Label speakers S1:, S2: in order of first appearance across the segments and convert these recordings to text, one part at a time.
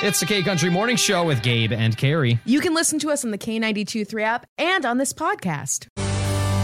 S1: It's the K Country Morning Show with Gabe and Carrie.
S2: You can listen to us on the K92 3 app and on this podcast.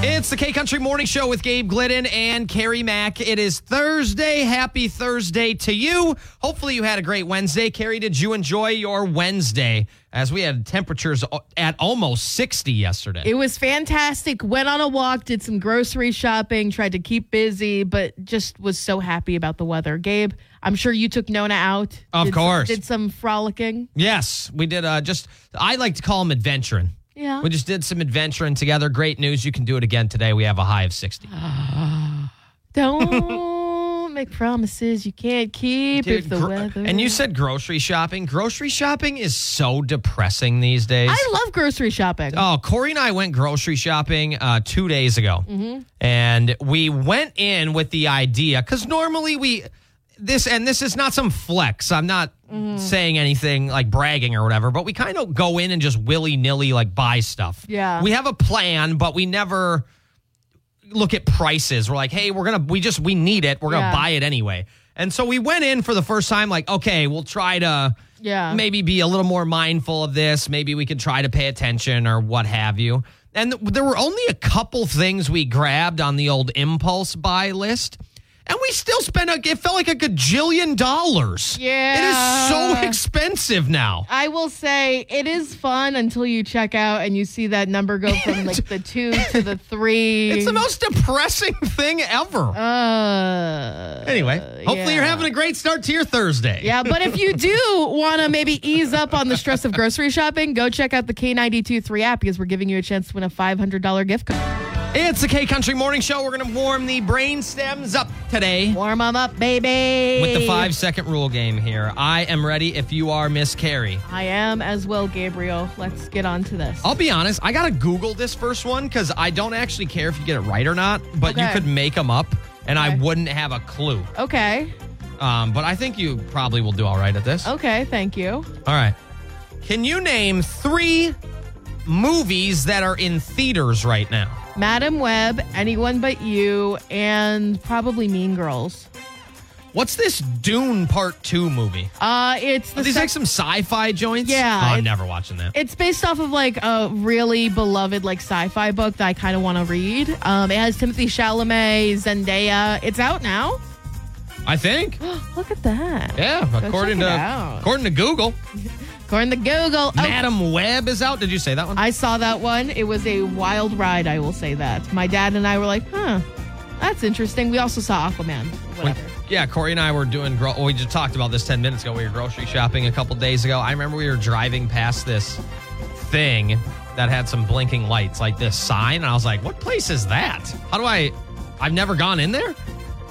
S1: It's the K Country Morning Show with Gabe Glidden and Carrie Mack. It is Thursday. Happy Thursday to you. Hopefully, you had a great Wednesday. Carrie, did you enjoy your Wednesday as we had temperatures o- at almost 60 yesterday?
S3: It was fantastic. Went on a walk, did some grocery shopping, tried to keep busy, but just was so happy about the weather. Gabe, I'm sure you took Nona out.
S1: Of
S3: Did-
S1: course.
S3: Did some frolicking.
S1: yes, we did uh, just, I like to call them adventuring.
S3: Yeah.
S1: We just did some adventuring together. Great news. You can do it again today. We have a high of 60.
S3: Don't make promises you can't keep if
S1: Dude,
S3: the
S1: gro-
S3: weather.
S1: And you said grocery shopping. Grocery shopping is so depressing these days.
S3: I love grocery shopping.
S1: Oh, Corey and I went grocery shopping uh, two days ago.
S3: Mm-hmm.
S1: And we went in with the idea, because normally we, this, and this is not some flex. I'm not
S3: Mm-hmm.
S1: saying anything like bragging or whatever, but we kind of go in and just willy nilly like buy stuff.
S3: Yeah.
S1: We have a plan, but we never look at prices. We're like, hey, we're gonna we just we need it. We're gonna
S3: Yeah.
S1: buy it anyway. And so we went in for the first time, like, okay, we'll try to
S3: Yeah.
S1: maybe be a little more mindful of this. Maybe we can try to pay attention or what have you. And th- there were only a couple things we grabbed on the old impulse buy list. And we still spent, a, it felt like a gajillion dollars. It is
S3: Yeah.
S1: so expensive now.
S3: I will say it is fun until you check out and you see that number go from like the two to the three.
S1: It's the most depressing thing ever.
S3: Uh,
S1: anyway, hopefully you're
S3: yeah.
S1: having a great start to your Thursday.
S3: Yeah, but if you do want to maybe ease up on the stress of grocery shopping, go check out the K92 3 app because we're giving you a chance to win a $500 gift card.
S1: It's the K Country Morning Show. We're going to warm the brain stems up today
S3: Warm 'em up, baby.
S1: with the five second rule game here. I am ready if you are Miss Carrie.
S3: I am as well, Gabriel. Let's get on to this.
S1: I'll be honest, I got to Google this first one because I don't actually care if you get it right or not, but you
S3: Okay.
S1: could make them up and I
S3: Okay.
S1: wouldn't have a clue.
S3: Okay.
S1: Um, but I think you probably will do all right at this.
S3: Okay. Thank you.
S1: All right. Can you name three movies that are in theaters right now?
S3: Madam Web, Anyone But You, and probably Mean Girls.
S1: What's this Dune Part 2 movie?
S3: Uh, it's
S1: Are
S3: the
S1: Oh, these
S3: sec-
S1: like some sci fi joints?
S3: Yeah,
S1: Oh, I'm
S3: it's-
S1: never watching that.
S3: It's based off of like a really beloved like sci-fi book that I kind of want to read. Um, it has Timothy Chalamet, Zendaya. It's out now.
S1: I think.
S3: Oh, Look at that.
S1: Yeah, according
S3: check it
S1: to
S3: out.
S1: according to Google,
S3: According to Google. Oh,
S1: Madam Web is out. Did you say that one?
S3: I saw that one. It was a wild ride, I will say that. My dad and I were like, huh, that's interesting. We also saw Aquaman. Whatever.
S1: yeah, Corey and I were doing. Gro- we just talked about this ten minutes ago. We were grocery shopping a couple days ago. I remember we were driving past this thing that had some blinking lights, like this sign, and I was like, "What place is that? How do I? I've never gone in there."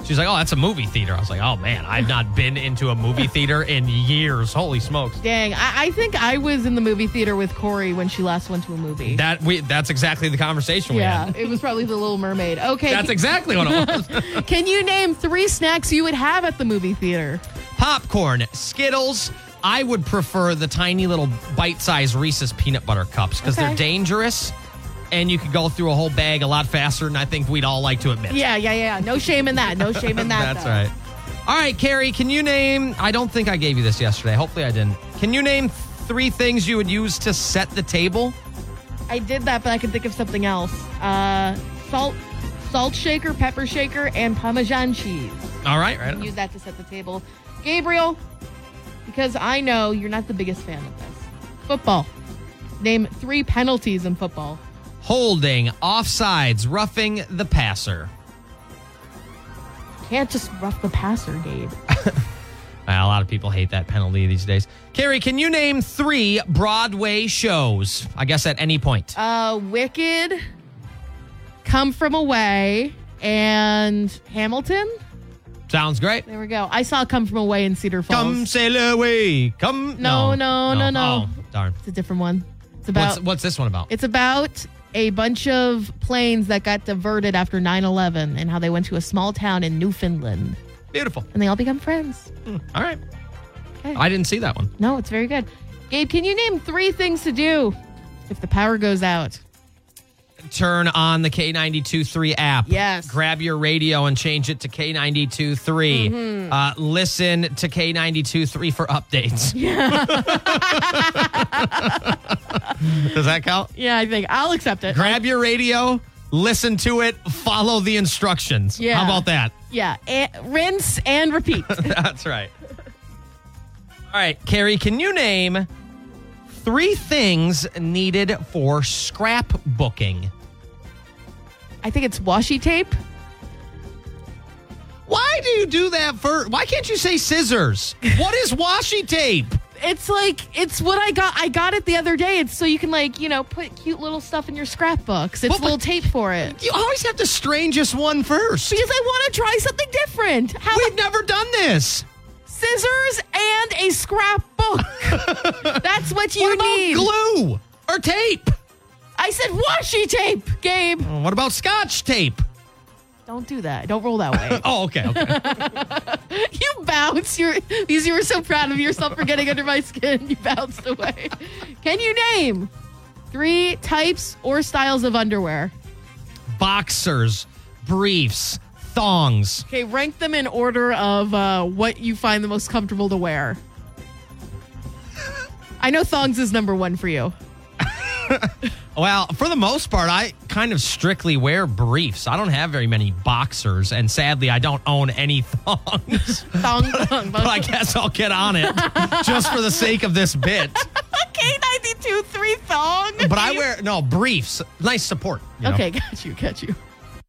S1: She's like, "Oh, that's a movie theater." I was like, "Oh man, I've not been into a movie theater in years. Holy smokes!"
S3: Dang, I-, I think I was in the movie theater with Corey when she last went to a movie.
S1: That we. That's exactly the conversation we
S3: yeah,
S1: had.
S3: it was probably The Little Mermaid. Okay.
S1: That's exactly what it was.
S3: Can you name three snacks you would have at the movie theater?
S1: popcorn, Skittles. I would prefer the tiny little bite-sized Reese's peanut butter cups because they're
S3: Okay.
S1: dangerous, and you could go through a whole bag a lot faster than I think we'd all like to admit.
S3: Yeah, yeah, yeah. No shame in that. No shame in that.
S1: that's
S3: though.
S1: right. All right, Carrie, can you name? I don't think I gave you this yesterday. Hopefully, I didn't. Can you name three things you would use to set the table?
S3: I did that, but I can think of something else. Uh, salt, salt shaker, pepper shaker, and Parmesan cheese.
S1: All right, right.
S3: Use that to set the table. Gabriel, because I know you're not the biggest fan of this. Football. Name three penalties in football.
S1: Holding, offsides, roughing the passer.
S3: Can't just rough the passer, Gabe.
S1: Well, Ah, a lot of people hate that penalty these days. Carrie, can you name three Broadway shows? I guess at any point.
S3: Uh, Wicked, Come From Away, and Hamilton.
S1: Sounds great.
S3: There we go. I saw Come From Away in Cedar Falls.
S1: Come sail away. Come.
S3: No, no, no, no.
S1: Oh, darn.
S3: it's a different one. It's about
S1: What's, what's this one about?
S3: It's about a bunch of planes that got diverted after 9 11 and how they went to a small town in Newfoundland
S1: Beautiful.
S3: and they all become friends.
S1: All right.
S3: Okay.
S1: I didn't see that one.
S3: No, it's very good. Gabe, can you name three things to do if the power goes out?
S1: turn on the K92.3 app.
S3: Yes.
S1: Grab your radio and change it to K92.3.
S3: Mm-hmm.
S1: Uh, listen to K92.3 for updates. Does that count?
S3: Yeah, I think I'll accept it.
S1: Grab your radio, listen to it, follow the instructions.
S3: Yeah.
S1: How about that?
S3: Yeah, and, rinse and repeat.
S1: That's right. All right, Carrie, can you name three things needed for scrapbooking?
S3: I think it's washi tape.
S1: Why do you do that first? Why can't you say scissors? What is washi tape?
S3: It's like it's what I got. I got it the other day. It's so you can like you know put cute little stuff in your scrapbooks. It's
S1: But- but-
S3: little tape for it
S1: You always have the strangest one first.
S3: because I want to try something different. How
S1: We've never done this.
S3: scissors and a scrapbook. That's what you
S1: What about
S3: need.
S1: glue or tape?
S3: I said washi tape, Gabe.
S1: What about scotch tape?
S3: Don't do that. Don't roll that way.
S1: Oh, okay, okay.
S3: you bounce. You're because you were so proud of yourself for getting under my skin. You bounced away. Can you name three types or styles of underwear?
S1: Boxers, briefs, thongs.
S3: Okay, rank them in order of uh, what you find the most comfortable to wear. I know thongs is number one for you.
S1: Well, for the most part, I kind of strictly wear briefs. I don't have very many boxers, and sadly, I don't own any thongs.
S3: Thong, thong,
S1: but I
S3: thong.
S1: guess I'll get on it just for the sake of this bit.
S3: K92 three thong.
S1: But I wear, no, briefs. Nice support. you know?
S3: Okay, got you, got you.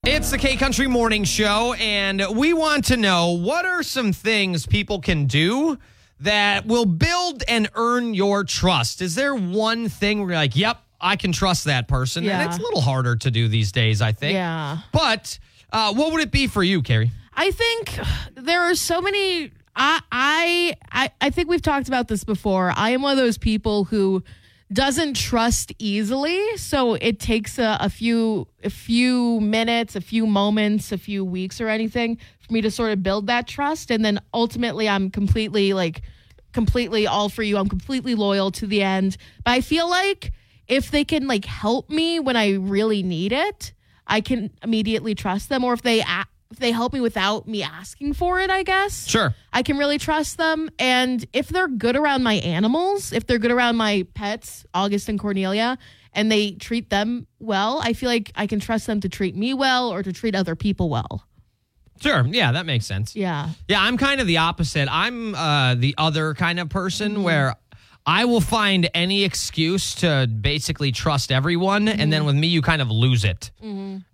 S1: It's the K Country Morning Show, and we want to know what are some things people can do that will build and earn your trust? Is there one thing where you're like, yep, I can trust that person?
S3: Yeah.
S1: And it's a little harder to do these days, I think.
S3: Yeah.
S1: But uh, what would it be for you, Carrie?
S3: I think there are so many. I, I I I think we've talked about this before. I am one of those people who doesn't trust easily, so it takes a, a few a few minutes, a few moments, a few weeks, or anything for me to sort of build that trust, and then ultimately I'm completely like completely all for you. I'm completely loyal to the end. But I feel like if they can like help me when I really need it, I can immediately trust them. Or if they a- if they help me without me asking for it, I guess
S1: Sure.
S3: I can really trust them. And if they're good around my animals, if they're good around my pets, August and Cornelia, and they treat them well, I feel like I can trust them to treat me well or to treat other people well.
S1: Sure. Yeah, that makes sense.
S3: Yeah.
S1: Yeah, I'm kind of the opposite. I'm uh, the other kind of person where I will find any excuse to basically trust everyone, and then with me, you kind of lose it.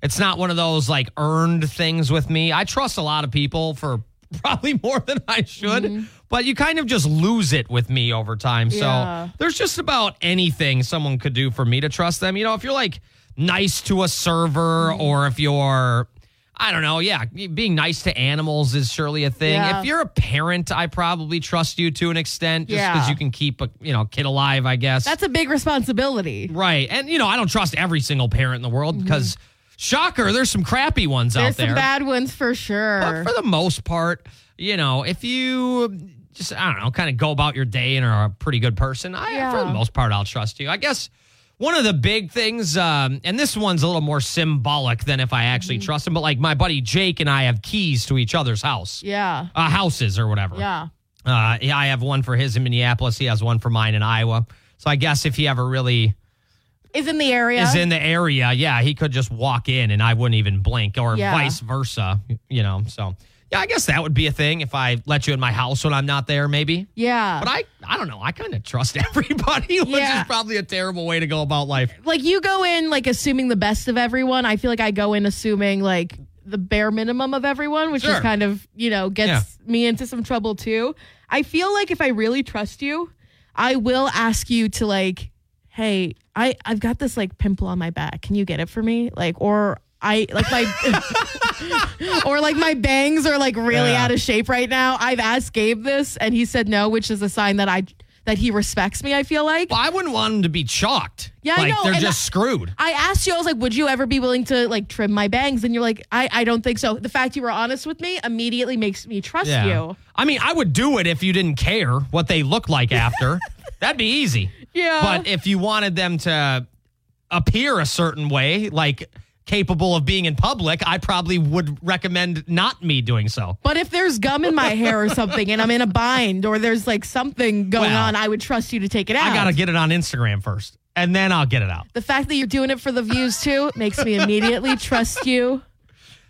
S1: It's not one of those like earned things with me. I trust a lot of people for probably more than I should, but you kind of just lose it with me over time.
S3: Yeah.
S1: So there's just about anything someone could do for me to trust them. You know, if you're like nice to a server
S3: Mm-hmm.
S1: or if you're I don't know. Yeah, being nice to animals is surely a thing.
S3: Yeah.
S1: If you're a parent, I probably trust you to an extent, just because
S3: Yeah.
S1: you can keep a you know kid alive. I guess
S3: That's a big responsibility.
S1: right. And you know, I don't trust every single parent in the world because shocker, there's some crappy ones out
S3: Mm-hmm. There's
S1: there.
S3: some bad ones for sure.
S1: But for the most part, you know, if you just I don't know, kind of go about your day and are a pretty good person, I for
S3: Yeah.
S1: the most part I'll trust you. I guess one of the big things, um, and this one's a little more symbolic than if I actually
S3: Mm-hmm.
S1: trust him, but like my buddy Jake and I have keys to each other's house,
S3: yeah.
S1: uh, houses or whatever.
S3: Yeah.
S1: Uh, yeah, I have one for his in Minneapolis. He has one for mine in Iowa. So I guess if he ever really
S3: Is in the area.
S1: is in the area, yeah, he could just walk in and I wouldn't even blink or
S3: Yeah.
S1: vice versa, you know. So, yeah, I guess that would be a thing if I let you in my house when I'm not there maybe.
S3: yeah.
S1: But I I don't know, I kind of trust everybody, which
S3: Yeah.
S1: is probably a terrible way to go about life.
S3: like you go in like assuming the best of everyone. I feel like I go in assuming like the bare minimum of everyone, which
S1: Sure.
S3: is kind of, you know, gets me into some trouble too. I feel like if I really trust you, I will ask you to like, hey, I, I've got this like pimple on my back. Can you get it for me? Like or I like my or like my bangs are like really
S1: Yeah.
S3: out of shape right now. I've asked Gabe this and he said no, which is a sign that I that he respects me, I feel like.
S1: Well, I wouldn't want them to be chalked.
S3: Yeah, I
S1: like
S3: know,
S1: they're
S3: and
S1: just
S3: I-
S1: screwed.
S3: I asked you, I was like, would you ever be willing to like trim my bangs? And you're like, I, I don't think so. The fact you were honest with me immediately makes me trust you.
S1: I mean, I would do it if you didn't care what they look like after. That'd be easy.
S3: Yeah.
S1: But if you wanted them to appear a certain way, like capable of being in public, I probably would recommend not me doing so.
S4: But if there's gum in my hair or something and I'm in a bind or there's like something going
S1: Well,
S4: on, I would trust you to take it out.
S1: I got to get it on Instagram first, and then I'll get it out.
S4: the fact that you're doing it for the views too makes me immediately trust you.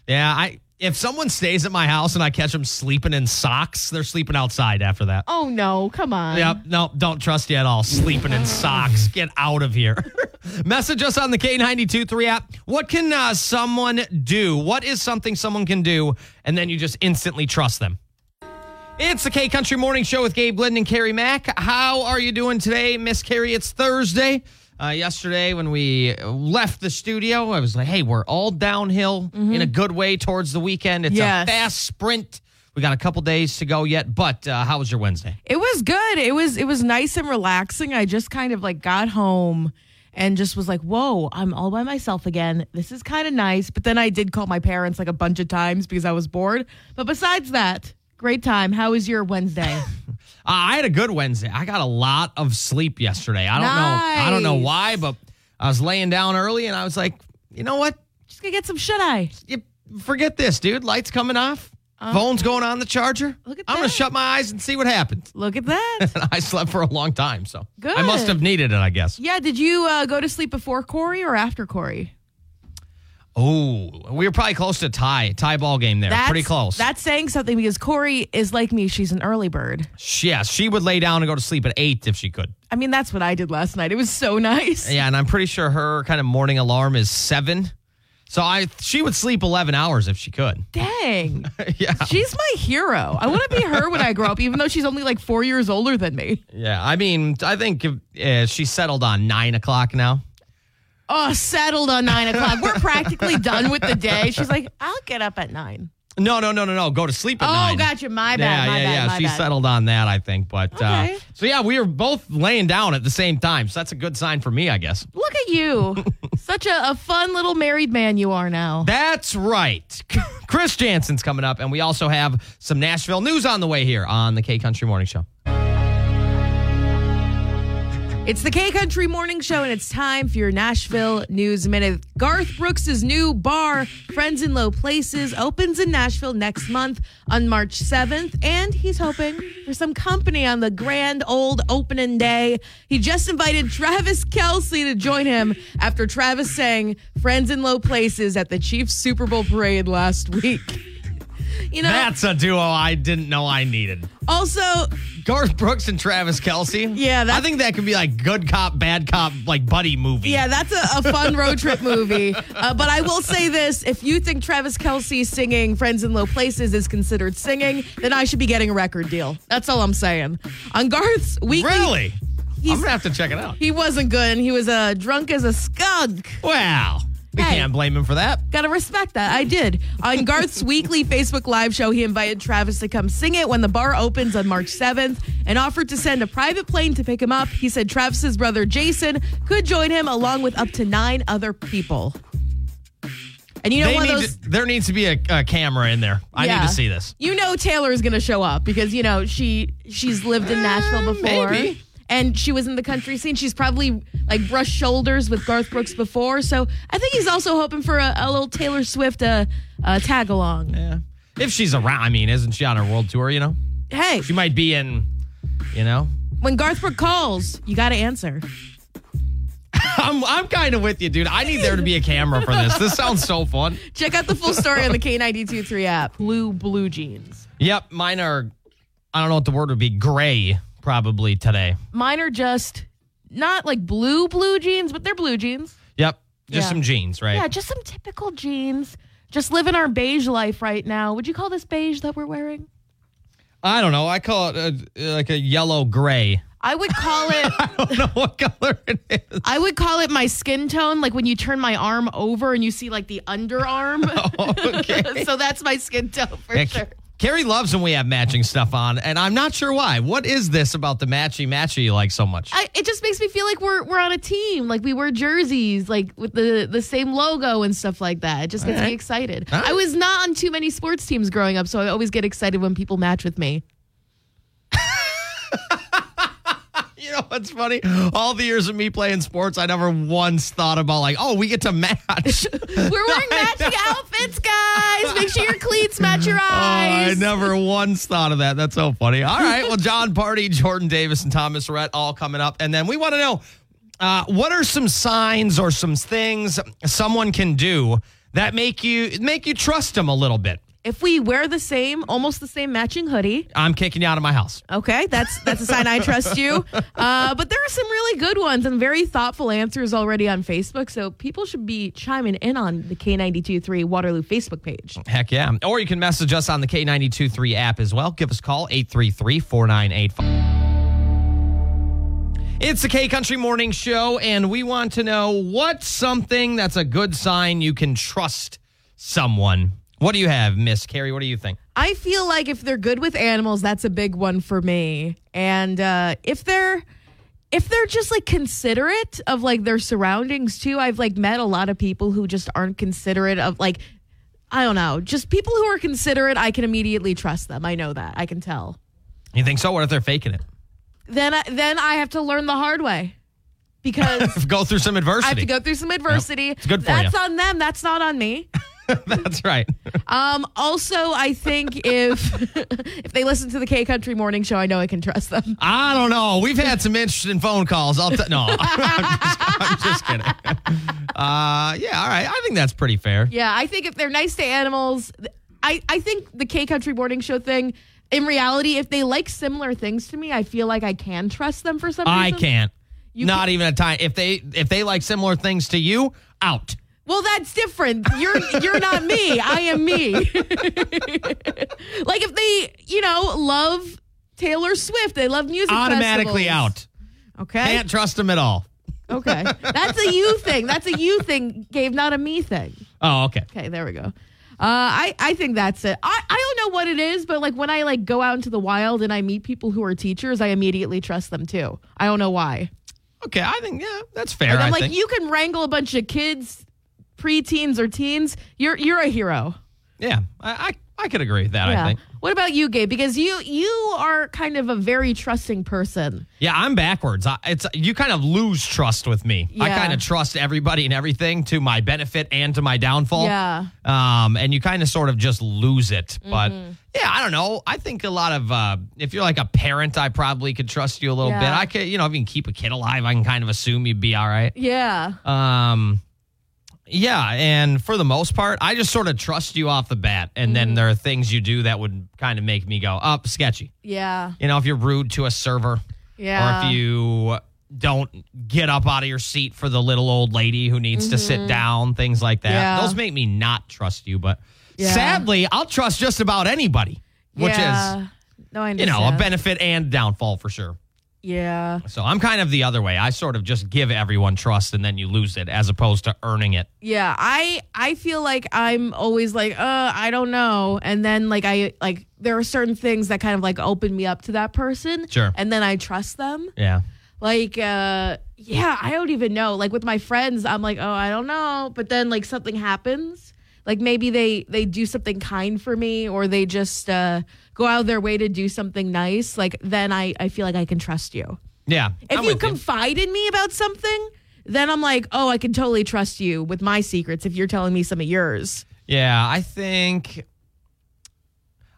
S1: Yeah, I if someone stays at my house and I catch them sleeping in socks, they're sleeping outside after that.
S4: Oh no, come on.
S1: Yep. No, don't trust you at all. Sleeping in socks. Get out of here. Message us on the K923 app. What can uh, someone do? What is something someone can do? And then you just instantly trust them. It's the K Country Morning Show with Gabe Linden and Carrie Mack. How are you doing today, Miss Carrie? It's Thursday. Uh, yesterday, when we left the studio, I was like, hey, we're all downhill in a good way towards the weekend. It's
S4: Yes.
S1: a fast sprint. We got a couple days to go yet, but uh, how was your Wednesday?
S4: It was good. It was it was nice and relaxing. I just kind of like got home and just was like, "Whoa, I'm all by myself again. This is kind of nice." But then I did call my parents like a bunch of times because I was bored. But besides that, great time. How was your Wednesday?
S1: Uh, I had a good Wednesday. I got a lot of sleep yesterday. I don't know. I don't know
S4: Nice.
S1: why, but I was laying down early and I was like, you know what?
S4: just gonna get some shut eye.
S1: You, forget this, dude. Lights coming off. Phone's going on the charger.
S4: Uh-huh. Look at
S1: I'm gonna
S4: that.
S1: shut my eyes and see what happens.
S4: Look at that.
S1: And I slept for a long time, so I
S4: Good.
S1: must have needed it, I guess.
S4: yeah, did you uh, go to sleep before Corey or after Corey?
S1: Oh, we were probably close to tie tie ball game there. Pretty close.
S4: That's saying something because Corey is like me. She's an early bird.
S1: She- yes, she would lay down and go to sleep at eight if she could.
S4: I mean, that's what I did last night. It was so nice.
S1: Yeah, and I'm pretty sure her kind of morning alarm is seven. So I she would sleep eleven hours if she could.
S4: Dang.
S1: Yeah.
S4: She's my hero. I want to be her when I grow up, even though she's only like four years older than me.
S1: Yeah, I mean, I think if, uh, she settled on nine o'clock now.
S4: Oh, settled on nine o'clock. We're practically done with the day. She's like, I'll get up at nine.
S1: No, no, no, no, no. Go to sleep at
S4: Oh,
S1: nine.
S4: gotcha. My
S1: yeah,
S4: bad. my
S1: yeah,
S4: bad.
S1: yeah.
S4: My
S1: she
S4: bad.
S1: settled on that, I think. But uh,
S4: Okay.
S1: so yeah, we were both laying down at the same time, so that's a good sign for me, I guess.
S4: Look at you. Such a, a fun little married man you are now.
S1: That's right. Chris Jansen's coming up, and we also have some Nashville news on the way here on the K Country Morning Show.
S3: It's the K Country Morning Show, and it's time for your Nashville News Minute. Garth Brooks' new bar, Friends in Low Places, opens in Nashville next month on March 7th, and he's hoping for some company on the grand old opening day. He just invited Travis Kelsey to join him after Travis sang Friends in Low Places at the Chiefs Super Bowl parade last week. You know,
S1: That's a duo I didn't know I needed.
S3: also,
S1: Garth Brooks and Travis Kelsey.
S3: Yeah, that's-
S1: I think that could be like good cop, bad cop, like buddy movie.
S3: Yeah, that's a, a fun road trip movie. Uh, but I will say this if you think Travis Kelsey singing Friends in Low Places is considered singing, then I should be getting a record deal. That's all I'm saying. On Garth's weekly.
S1: Really? I'm
S3: He's-
S1: gonna have to check it out.
S3: He wasn't good and he was uh, drunk as a skunk.
S1: Wow. We
S3: Hey.
S1: can't blame him for that.
S3: Gotta respect that. I did. On Garth's weekly Facebook Live show, he invited Travis to come sing it when the bar opens on March 7th and offered to send a private plane to pick him up. He said Travis's brother Jason could join him along with up to nine other people. And you know
S1: They
S3: one
S1: need
S3: of those
S1: to, there needs to be a, a camera in there. I need
S3: Yeah.
S1: to see this.
S3: you know Taylor is going to show up because you know she she's lived in Nashville before.
S1: maybe.
S3: And she was in the country scene. She's probably like brushed shoulders with Garth Brooks before, so I think he's also hoping for a, a little Taylor Swift uh, uh, tag along.
S1: Yeah. If she's around, I mean, isn't she on her world tour, you know?
S3: Hey,
S1: She might be in, you know?
S3: when Garth Brooks calls, you got to answer.
S1: I'm, I'm kind of with you, dude. I need there to be a camera for this. This sounds so fun.
S3: Check out the full story on the K923 app. Blue blue jeans.
S1: Yep. Mine are, I don't know what the word would be, gray probably today.
S4: Mine are just not like blue, blue jeans, but they're blue jeans.
S1: Yep. Just
S4: Yeah.
S1: some jeans, right?
S4: Yeah, just some typical jeans. Just living our beige life right now. Would you call this beige that we're wearing?
S1: I don't know. I call it uh like a yellow gray.
S4: I would call it.
S1: I don't know what color it is.
S4: I would call it my skin tone, like when you turn my arm over and you see like the underarm.
S1: okay.
S4: so that's my skin tone for
S1: Yeah,
S4: sure.
S1: Carrie loves when we have matching stuff on, and I'm not sure why. What is this about the matchy matchy you like so much?
S4: I, it just makes me feel like we're we're on a team, like we wear jerseys, like with the the same logo and stuff like that. It just gets me excited.
S1: All right.
S4: I was not on too many sports teams growing up, so I always get excited when people match with me.
S1: you you know what's funny? All the years of me playing sports, I never once thought about like, oh, we get to match. Oh,
S4: We're wearing matching outfits, guys. Make sure your cleats match your eyes.
S1: I never once thought of that. That's so funny. All right. Well, John Party, Jordan Davis, and Thomas Rhett all coming up. And then we want to know uh, what are some signs or some things someone can do that make you make you trust them a little bit?
S3: If we wear the same, almost the same matching hoodie,
S1: I'm kicking you out of my house.
S3: okay, that's that's a sign I trust you. Uh, but there are some really good ones and very thoughtful answers already on Facebook. So people should be chiming in on the K923 Waterloo Facebook page.
S1: Heck yeah. Or you can message us on the K923 app as well. Give us a call, 833 4985. It's the K Country Morning Show, and we want to know what's something that's a good sign you can trust someone. What do you have, Miss Carrie? What do you think?
S3: I feel like if they're good with animals, that's a big one for me. And uh, if they're if they're just like considerate of like their surroundings too, I've like met a lot of people who just aren't considerate of like I don't know, just people who are considerate. I can immediately trust them. I know that. I can tell.
S1: You think so? What if they're faking it?
S3: Then I, then I have to learn the hard way because
S1: Go through some adversity.
S3: I have to go through some adversity.
S1: It's good for
S3: that's
S1: you.
S3: on them. That's not on me.
S1: That's right.
S3: Um, also, I think if if they listen to the K Country Morning Show, I know I can trust them.
S1: I don't know. We've had some interesting phone calls. I'll t- no, I'm just, I'm just kidding. Uh, yeah, all right. I think that's pretty fair.
S3: Yeah, I think if they're nice to animals, th- I, I think the K Country Morning Show thing, in reality, if they like similar things to me, I feel like I can trust them for some reason.
S1: I can't.
S3: You
S1: Not even a time. If they if they like similar things to you, out.
S3: Well, that's different. You're you're not me. I am me. like if they, you know, love Taylor Swift, they love music.
S1: Automatically
S3: festivals.
S1: out.
S3: Okay.
S1: Can't trust them at all.
S3: Okay. That's a you thing. That's a you thing, Gabe, not a me thing.
S1: Oh, okay.
S3: Okay, there we go. Uh, I, I think that's it. I, I don't know what it is, but like when I like go out into the wild and I meet people who are teachers, I immediately trust them too. I don't know why.
S1: Okay, I think yeah, that's fair.
S3: And I'm
S1: I
S3: like,
S1: think.
S3: you can wrangle a bunch of kids, preteens or teens. You're you're a hero.
S1: yeah, I, I I could agree with that. I think.
S3: What about you, Gabe? Because you you are kind of a very trusting person.
S1: Yeah, I'm backwards. I, it's you kind of lose trust with me. I
S3: Yeah.
S1: kind of trust everybody and everything to my benefit and to my downfall.
S3: Yeah.
S1: Um, and you kind of sort of just lose it. But yeah, I don't know. I think a lot of uh, if you're like a parent, I probably could trust you a little
S3: Yeah.
S1: bit. I could, you know, if you can keep a kid alive, I can kind of assume you'd be all right.
S3: Yeah.
S1: Um, yeah, and for the most part, I just sort of trust you off the bat, and then there are things you do that would kind of make me go up sketchy.
S3: Yeah.
S1: You know, if you're rude to a server,
S3: Yeah.
S1: or if you don't get up out of your seat for the little old lady who needs to sit down, things like that.
S3: Mm-hmm. Yeah.
S1: Those make me not trust you, but
S3: Yeah.
S1: sadly, I'll trust just about anybody, which is,
S3: Yeah. no, I
S1: you
S3: understand.
S1: know, a benefit and downfall for sure.
S3: Yeah.
S1: So I'm kind of the other way. I sort of just give everyone trust and then you lose it as opposed to earning it.
S3: Yeah, I I feel like I'm always like, uh, I don't know, and then like I like there are certain things that kind of like open me up to that person,
S1: Sure.
S3: and then I trust them.
S1: Yeah.
S3: Like, uh, yeah, I don't even know. Like with my friends, I'm like, oh, I don't know, but then like something happens. Like maybe they they do something kind for me, or they just uh, go out of their way to do something nice. Like then I I feel like I can trust you.
S1: Yeah.
S3: If
S1: I'm
S3: you
S1: with
S3: confide in me about something, then I'm like, oh, I can totally trust you with my secrets if you're telling me some of yours.
S1: Yeah, I think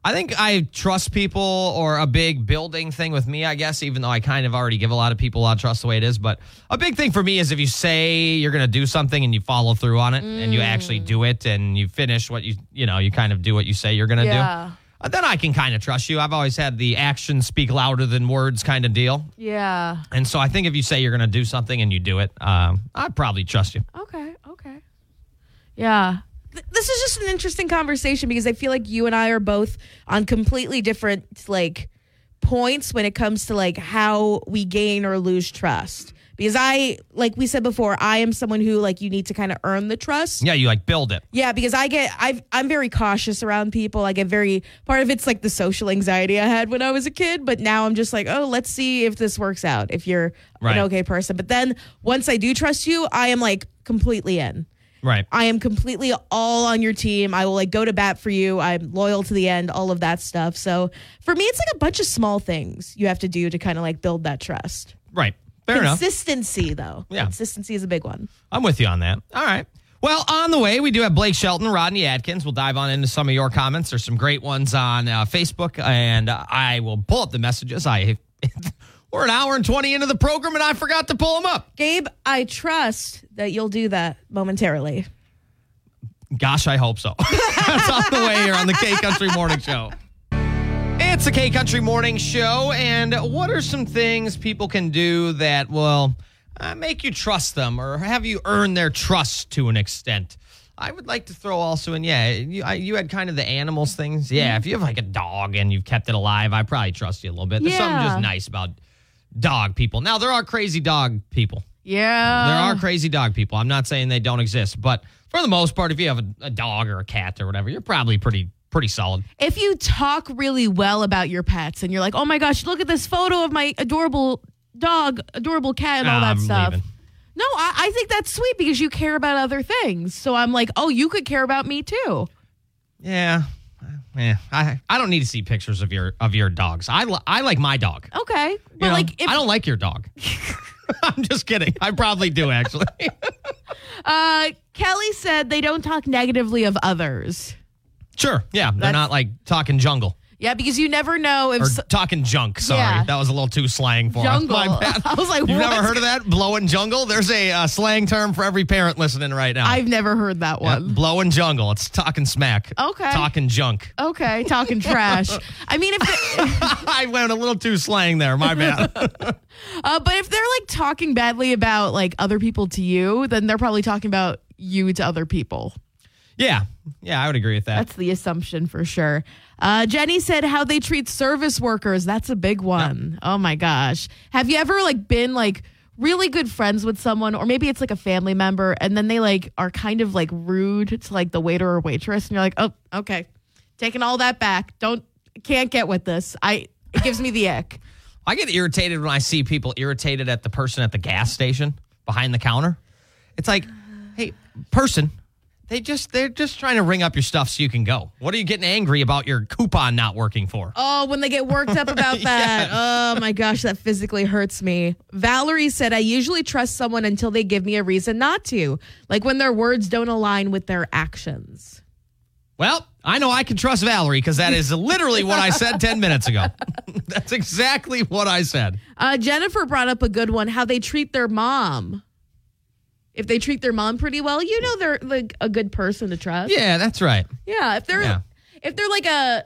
S1: I think I trust people or a big building thing with me, I guess, even though I kind of already give a lot of people a lot of trust the way it is. But a big thing for me is if you say you're gonna do something and you follow through on it and you actually do it and you finish what you you know, you kind of do what you say you're gonna
S3: Yeah.
S1: do. uh, Then I can kind of trust you. I've always had the actions speak louder than words kind of deal.
S3: Yeah.
S1: And so I think if you say you're going to do something and you do it, um, I'd probably trust you.
S3: Okay. Okay. Yeah. Th- This is just an interesting conversation because I feel like you and I are both on completely different like points when it comes to like how we gain or lose trust. Because I, like we said before, I am someone who like you need to kind of earn the trust.
S1: Yeah, you like build it.
S3: Yeah, because I get I've I'm very cautious around people. I get very part of it's like the social anxiety I had when I was a kid, but now I'm just like, oh, let's see if this works out. If you're
S1: Right.
S3: an okay person, but then once I do trust you, I am like completely in.
S1: Right.
S3: I am completely all on your team. I will like go to bat for you. I'm loyal to the end. All of that stuff. So for me, it's like a bunch of small things you have to do to kind of like build that trust.
S1: Right. Fair enough.
S3: Consistency, though.
S1: Yeah.
S3: Consistency is a big one.
S1: I'm with you on that. All right. Well, on the way, we do have Blake Shelton, Rodney Adkins. We'll dive on into some of your comments. There's some great ones on uh, Facebook, and uh, I will pull up the messages. I we're an hour and twenty into the program, and I forgot to pull them up.
S3: Gabe, I trust that you'll do that momentarily.
S1: Gosh, I hope so. That's on the way here on the K Country Morning Show. It's the K Country Morning Show, and what are some things people can do that will uh, make you trust them or have you earn their trust to an extent? I would like to throw also in, yeah, you, I, you had kind of the animals things. Yeah, if you have like a dog and you've kept it alive, I probably trust you a little bit. There's something
S4: Yeah.
S1: just nice about dog people. Now, there are crazy dog people.
S4: Yeah.
S1: There are crazy dog people. I'm not saying they don't exist, but for the most part, if you have a, a dog or a cat or whatever, you're probably pretty pretty solid.
S4: if you talk really well about your pets and you're like, oh my gosh, look at this photo of my adorable dog, adorable cat, and all
S1: Nah,
S4: that
S1: I'm
S4: stuff.
S1: leaving.
S4: No, I, I think that's sweet because you care about other things. So I'm like, oh, you could care about me too.
S1: Yeah. Uh, Yeah, I I don't need to see pictures of your of your dogs. I li- I like my dog.
S4: Okay. But
S1: You know?
S4: like, if,
S1: I don't like your dog. I'm just kidding. I probably do actually.
S4: uh, Kelly said they don't talk negatively of others.
S1: sure. Yeah, they're
S4: That's-
S1: not like talking jungle
S4: Yeah, because you never know if
S1: or
S4: s-
S1: talking junk. Sorry,
S4: Yeah.
S1: that was a little too slang for us.
S4: jungle.
S1: My bad.
S4: I was like,
S1: You've
S4: what?
S1: never heard of that? Blowing jungle? There's a uh, slang term for every parent listening right now.
S4: I've never heard that
S1: Yeah,
S4: one.
S1: blowing jungle. It's talking smack.
S4: Okay.
S1: Talking junk.
S4: Okay, talking trash. I mean, if they-
S1: I went a little too slang there. My bad.
S4: Uh, but if they're like talking badly about like other people to you, then they're probably talking about you to other people.
S1: yeah. Yeah, I would agree with that.
S4: That's the assumption for sure. Uh, Jenny said how they treat service workers. That's a big one. Oh my gosh. Have you ever like been like really good friends with someone or maybe it's like a family member and then they like are kind of like rude to like the waiter or waitress and you're like, "Oh, okay. Taking all that back. Don't can't get with this." I it gives me the ick.
S1: I get irritated when I see people irritated at the person at the gas station behind the counter. It's like, hey, person, they just they're just trying to ring up your stuff so you can go. What are you getting angry about your coupon not working for?
S3: Oh, when they get worked up about that. Oh my gosh, that physically hurts me. Valerie said, I usually trust someone until they give me a reason not to, like when their words don't align with their actions.
S1: Well, I know I can trust Valerie because that is literally what I said 10 minutes ago. That's exactly what I said.
S3: Uh, Jennifer brought up a good one how they treat their mom. If they treat their mom pretty well, you know they're like a good person to trust.
S1: Yeah, that's right.
S3: Yeah, if they're
S1: Yeah.
S3: if they're like a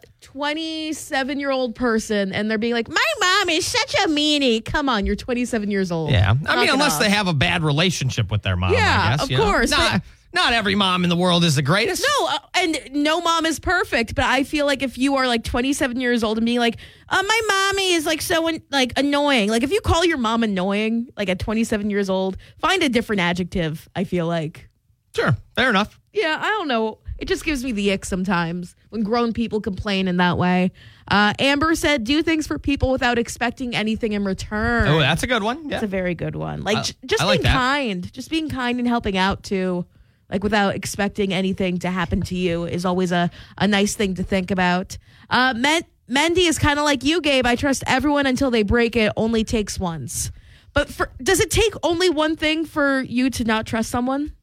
S3: 27 year old person and they're being like, my mom is such a meanie. Come on, you're 27 years old.
S1: Yeah. I
S3: Knock
S1: mean,
S3: it
S1: unless
S3: off.
S1: they have a bad relationship with their mom. I
S3: Yeah,
S1: guess,
S3: of
S1: you know?
S3: course,
S1: Not, not every mom in the world is the greatest.
S3: No, uh, and no mom is perfect, but I feel like if you are like 27 years old and being like, uh, my mommy is like so an- like annoying. Like if you call your mom annoying, like at 27 years old, find a different adjective. I feel like,
S1: Sure. Fair enough.
S3: yeah, I don't know. It just gives me the ick sometimes when grown people complain in that way. Uh, Amber said, "Do things for people without expecting anything in return."
S1: Oh, that's a good one. Yeah.
S3: That's a very good one. Like
S1: I-
S3: j- just
S1: I like
S3: being
S1: that.
S3: kind, just being kind and helping out too, like without expecting anything to happen to you is always a, a nice thing to think about. Uh, Men- Mendy is kind of like you, Gabe. I trust everyone until they break it. Only takes once. But for, does it take only one thing for you to not trust someone?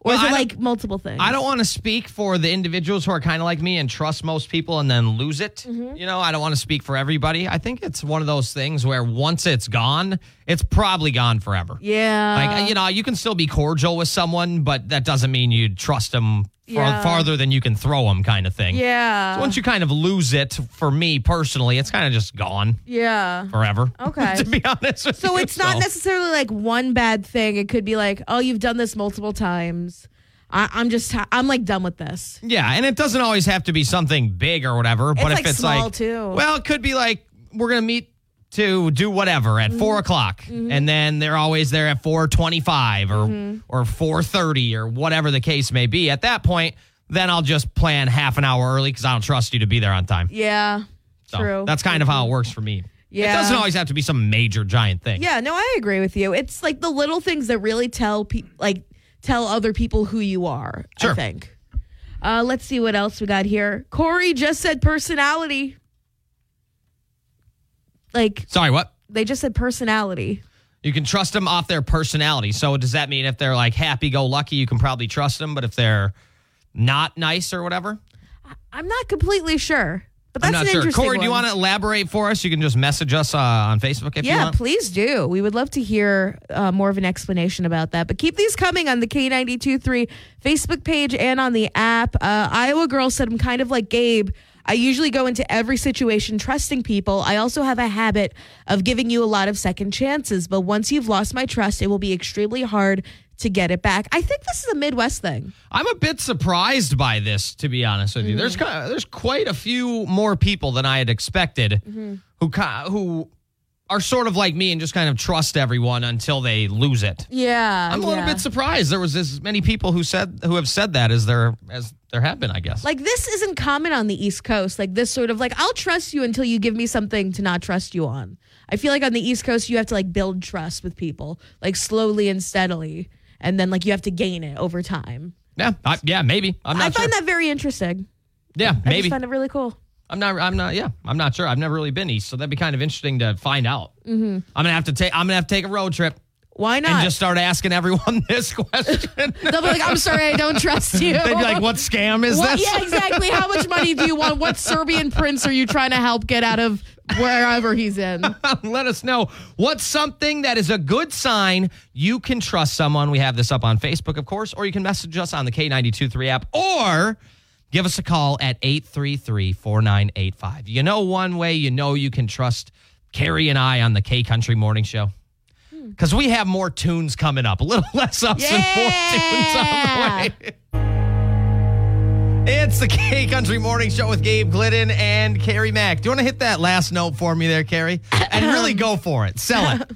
S3: Or
S1: Well,
S3: is
S1: I
S3: it
S1: don't-
S3: like multiple things?
S1: I don't want to speak for the individuals who are kind of like me and trust most people and then lose it.
S3: Mm-hmm.
S1: You know, I don't want to speak for everybody. I think it's one of those things where once it's gone, it's probably gone forever.
S3: Yeah.
S1: Like, you know, you can still be cordial with someone, but that doesn't mean you trust them
S3: Yeah.
S1: farther than you can throw them, kind of thing.
S3: yeah.
S1: So once you kind of lose it, for me personally, it's kind of just gone
S3: yeah.
S1: forever.
S3: Okay.
S1: to be honest. with
S3: So
S1: you.
S3: it's not necessarily like one bad thing. It could be like, oh, you've done this multiple times. I, I'm just, ti- I'm like done with this.
S1: Yeah, and it doesn't always have to be something big or whatever. but
S3: It's,
S1: if
S3: like,
S1: it's
S3: small,
S1: like,
S3: too.
S1: well, it could be like we're gonna meet to do whatever at
S3: Mm-hmm.
S1: four o'clock, and then they're always there at four twenty-five or
S3: Mm-hmm.
S1: or four thirty or whatever the case may be. At that point, then I'll just plan half an hour early because I don't trust you to be there on time.
S3: Yeah.
S1: So
S3: true.
S1: That's kind of how it works for me.
S3: Yeah.
S1: It doesn't always have to be some major giant thing.
S3: yeah. No, I agree with you. It's like the little things that really tell pe- like tell other people who you are. I
S1: Sure.
S3: think. Uh, let's see what else we got here. Corey just said personality. Like
S1: Sorry, what?
S3: They just said personality.
S1: You can trust them off their personality. So does that mean if they're like happy go lucky, you can probably trust them, but if they're not nice or whatever?
S3: I'm not completely sure, but that's
S1: I'm not
S3: an
S1: sure.
S3: interesting
S1: Corey, do you
S3: one.
S1: want to elaborate for us? You can just message us uh, on Facebook if you
S3: Yeah,
S1: want.
S3: please do. We would love to hear uh, more of an explanation about that. But keep these coming on the K92.3 Facebook page and on the app. Uh, Iowa Girl said, I'm kind of like Gabe. I usually go into every situation trusting people. I also have a habit of giving you a lot of second chances. But once you've lost my trust, it will be extremely hard to get it back. I think this is a Midwest thing.
S1: I'm a bit surprised by this, to be honest with you. There's kind
S3: Mm-hmm.
S1: of, there's quite a few more people than I had expected
S3: Mm-hmm.
S1: who ki- who are sort of like me and just kind of trust everyone until they lose it.
S3: Yeah.
S1: I'm a little bit surprised there was as many people who said who have said that as there as there have been, I guess.
S3: Like this isn't common on the East Coast. Like this sort of like I'll trust you until you give me something to not trust you on. I feel like on the East Coast you have to like build trust with people, like slowly and steadily, and then like you have to gain it over time.
S1: yeah, I, yeah, maybe. I'm
S3: I
S1: not sure.
S3: find that very interesting.
S1: yeah,
S3: I just
S1: maybe.
S3: find it really cool.
S1: I'm not. I'm not. Yeah, I'm not sure. I've never really been east, so that'd be kind of interesting to find out. Mm-hmm. I'm gonna have to take. I'm gonna have to take a road trip
S3: Why
S1: and
S3: not?
S1: just start asking everyone this question.
S4: They'll be like, I'm sorry, I don't trust you.
S1: They'd be like, "What scam is
S4: What-
S1: this?"
S4: yeah, exactly. How much money do you want? What Serbian prince are you trying to help get out of wherever he's in?
S1: Let us know what's something that is a good sign you can trust someone. We have this up on Facebook, of course, or you can message us on the K923 app or give us a call at 833 4985. You know, one way you know you can trust Carrie and I on the K Country Morning Show. Because we have more tunes coming up, a little less us and more tunes on the way. It's the K Country Morning Show with Gabe Glidden and Carrie Mack. Do you want to hit that last note for me there, Carrie? And really go for it. Sell it.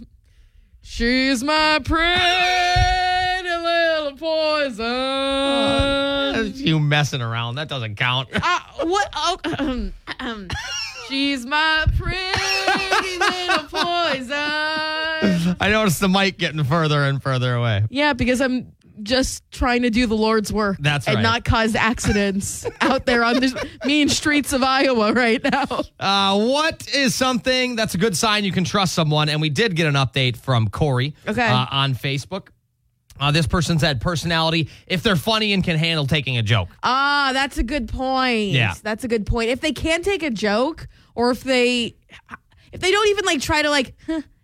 S4: She's my pretty little poison.
S1: Oh, you messing around. That doesn't count.
S4: Uh, what? Oh, she's my pretty little poison.
S1: I noticed the mic getting further and further away.
S4: Yeah, because I'm just trying to do the Lord's work.
S1: That's
S4: and
S1: right.
S4: not cause accidents out there on the mean streets of Iowa right now.
S1: Uh, what is something that's a good sign you can trust someone? And we did get an update from Corey
S3: Okay.
S1: uh, on Facebook. Uh, this person said personality if they're funny and can handle taking a joke.
S3: Ah, that's a good point.
S1: Yeah.
S3: That's a good point. If they can't take a joke or if they if they don't even like try to like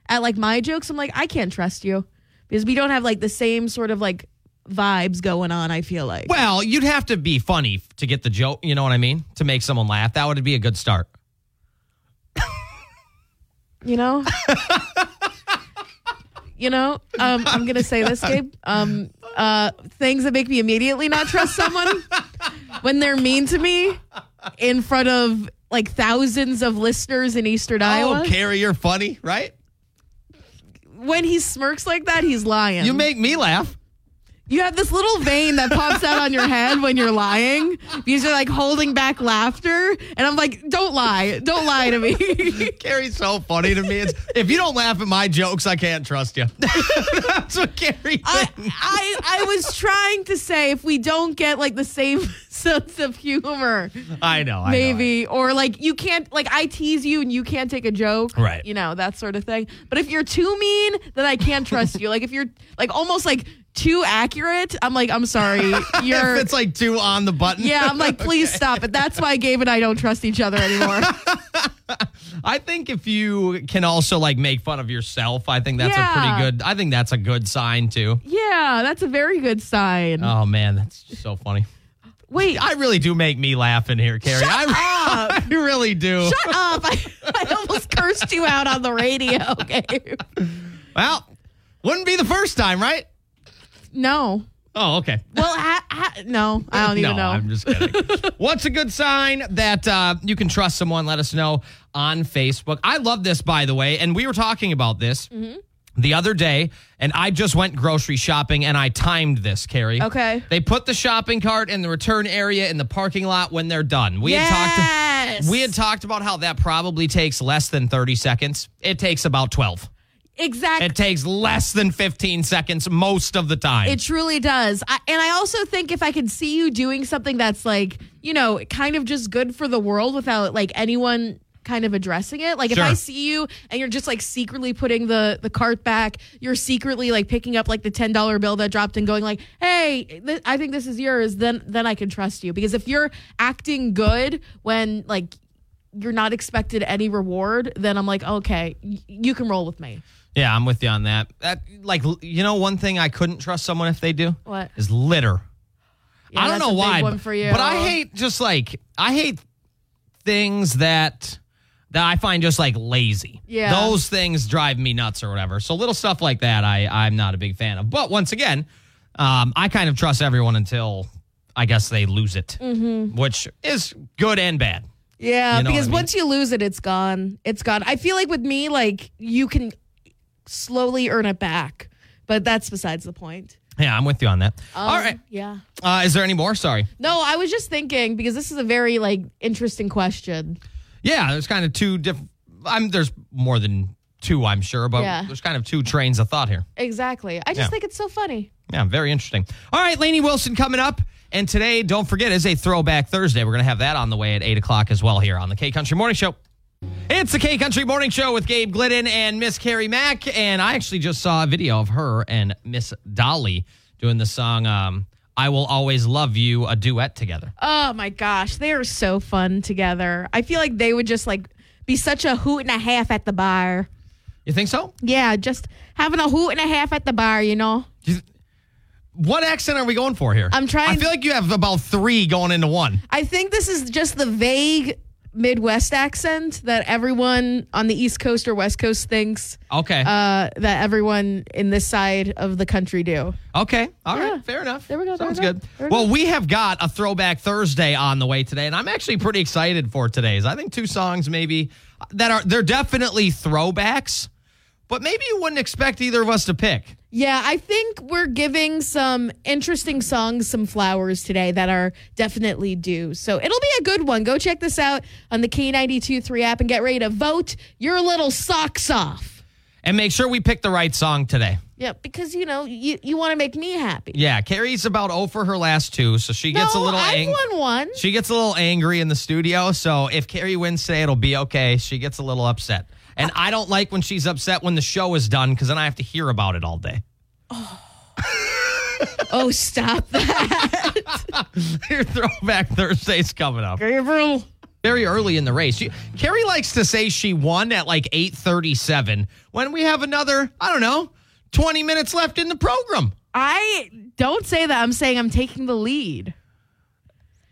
S3: at like my jokes, I'm like, I can't trust you. Because we don't have like the same sort of like vibes going on, I feel like.
S1: Well, you'd have to be funny to get the joke. You know what I mean? To make someone laugh, that would be a good start.
S3: You know? you know? Um, I'm gonna say this, Gabe. Um uh things that make me immediately not trust someone when they're mean to me in front of like thousands of listeners in Eastern Iowa.
S1: Oh, Carrie, you're funny, right?
S3: when he smirks like that, he's lying.
S1: You make me laugh.
S4: You have this little vein that pops out on your head when you're lying because you're like holding back laughter. And I'm like, don't lie. Don't lie to me.
S1: Carrie's so funny to me. It's, if you don't laugh at my jokes, I can't trust you. That's what Carrie
S3: I,
S1: thinks.
S3: I I was trying to say if we don't get like the same sense of humor,
S1: I know. I know,
S3: maybe, or like you can't like I tease you and you can't take a joke,
S1: Right.
S3: You know that sort of thing. But if you're too mean, then I can't trust you. Like if you're like almost like too accurate, I'm like I'm sorry,
S1: I know.
S3: you're.
S1: If it's like two on the button.
S3: yeah, I'm like, please stop it. That's why Gabe and I don't trust each other anymore.
S1: I think if you can also like make fun of yourself, I think that's a
S3: Yeah.
S1: pretty good. I think that's a good sign too.
S3: yeah, that's a very good sign.
S1: Oh man, that's just so funny.
S3: Wait, uh,
S1: I really do make me laugh in here, Carrie. I, I really do.
S3: shut up. I, I almost cursed you out on the radio, Gabe.
S1: well, wouldn't be the first time, right?
S3: No.
S1: Oh, okay.
S3: Well, ha- ha- no, I don't even
S1: no,
S3: know.
S1: I'm just kidding. What's a good sign that uh, you can trust someone? Let us know on Facebook. I love this, by the way, and we were talking about this
S3: Mm-hmm.
S1: the other day, and I just went grocery shopping and I timed this, Carrie.
S3: Okay.
S1: They put the shopping cart in the return area in the parking lot when they're done. We had
S3: Yes.
S1: talked. We had talked about how that probably takes less than 30 seconds. It takes about 12.
S3: exactly.
S1: It takes less than 15 seconds most of the time.
S3: It truly does. I, and I also think if I could see you doing something that's like, you know, kind of just good for the world without like anyone kind of addressing it. Like
S1: Sure.
S3: if I see you and you're just like secretly putting the the cart back, you're secretly like picking up like the ten dollar bill that dropped and going like, "Hey, th- I think this is yours." Then then I can trust you because if you're acting good when like you're not expected any reward, then I'm like, okay, y- you can roll with me.
S1: Yeah, I'm with you on that. That like l- you know one thing I couldn't trust someone if they do
S3: What?
S1: is litter.
S3: Yeah,
S1: I don't
S3: that's
S1: know
S3: a big
S1: why,
S3: one
S1: but-
S3: for you.
S1: but I hate just like I hate things that that I find just like lazy.
S3: Yeah.
S1: those things drive me nuts or whatever. So little stuff like that, I I'm not a big fan of. But once again, um, I kind of trust everyone until I guess they lose it, mm-hmm. which is good and bad.
S3: Yeah,
S1: You know what
S3: because
S1: I mean?
S3: once you lose it, it's gone. It's gone. I feel like with me, like you can slowly earn it back, but that's besides the point.
S1: Yeah, I'm with you on that.
S3: Um,
S1: All right,
S3: Yeah.
S1: uh, is there any more? Sorry.
S3: No, I was just thinking because this is a very like interesting question.
S1: Yeah, there's kind of two different. I'm there's more than two, I'm sure, but
S3: Yeah.
S1: there's kind of two trains of thought here.
S3: Exactly. I
S1: Yeah.
S3: just think it's so funny.
S1: Yeah, very interesting. All right, Lainey Wilson coming up, and today, don't forget, is a Throwback Thursday. We're gonna have that on the way at eight o'clock as well here on the K Country Morning Show. It's the K Country Morning Show with Gabe Glidden and Miss Carrie Mack, and I actually just saw a video of her and Miss Dolly doing the song um, "I Will Always Love You" a duet together.
S3: Oh my gosh, they are so fun together. I feel like they would just like be such a hoot and a half at the bar.
S1: You think so?
S3: Yeah, just having a hoot and a half at the bar, you know.
S1: What accent are we going for here?
S3: I'm trying-
S1: I feel like you have about three going into one.
S3: I think this is just the vague Midwest accent that everyone on the East Coast or West Coast thinks
S1: Okay.
S3: uh, that everyone in this side of the country do.
S1: okay. All right.
S3: yeah.
S1: Fair enough.
S3: There we go, there
S1: Sounds
S3: we go,
S1: good.
S3: there we
S1: Well, we have got a throwback Thursday on the way today, and I'm actually pretty excited for today's. I think two songs maybe that are they're definitely throwbacks, but maybe you wouldn't expect either of us to pick.
S3: Yeah, I think we're giving some interesting songs some flowers today that are definitely due. So it'll be a good one. Go check this out on the K92 3 app and get ready to vote your little socks off.
S1: And make sure we pick the right song today.
S3: Yeah, because you know, you, you want to make me happy.
S1: Yeah, Carrie's about 0 for her last two, so she gets
S3: no,
S1: a little
S3: I've
S1: angry.
S3: won one.
S1: She gets a little angry in the studio, so if Carrie wins today, it'll be okay. She gets a little upset. And I don't like when she's upset when the show is done because then I have to hear about it all day.
S3: Oh, stop that.
S1: Your throwback Thursday's coming up.
S3: Gabriel.
S1: Very early in the race. She, Carrie likes to say she won at like 837 when we have another, I don't know, 20 minutes left in the program.
S4: I don't say that. I'm saying I'm taking the lead.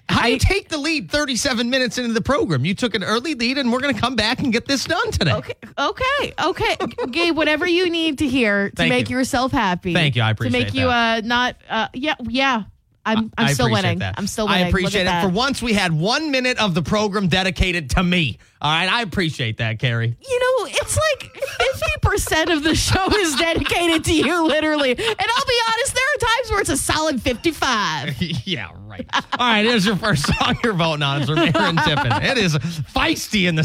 S1: How do you take the lead 37 minutes into the program? You took an early lead and we're going to come back and get this done today.
S4: Okay, okay, okay. Gabe, whatever you need to hear to
S1: Thank
S4: make
S1: you.
S4: yourself happy.
S1: Thank you. I
S4: to
S1: appreciate
S4: make you uh not uh yeah yeah. I'm I'm
S1: I
S4: still
S1: appreciate
S4: winning.
S1: that.
S4: I'm still winning.
S1: I
S4: Look
S1: appreciate it.
S4: at
S1: For
S4: that.
S1: once, we had one minute of the program dedicated to me. All right, I appreciate that, Carrie.
S4: You know, it's like fifty percent of the show is dedicated to you, literally. And I'll be honest, there are times where it's a solid fifty-five.
S1: yeah, right. All right, here's your first song you're voting on. It's from Aaron Tippin. It is feisty in the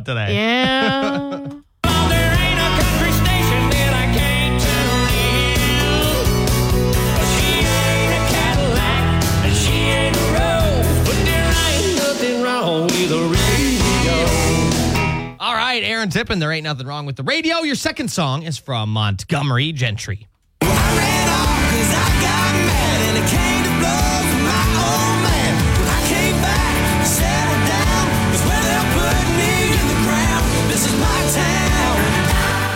S4: Yeah.
S1: today.
S5: There ain't a country station that I can't tune in. She ain't a Cadillac and she ain't a Rose, but there ain't nothing wrong with a radio.
S1: All right, Aaron Tippin. There ain't nothing wrong with the radio. Your second song is from Montgomery Gentry.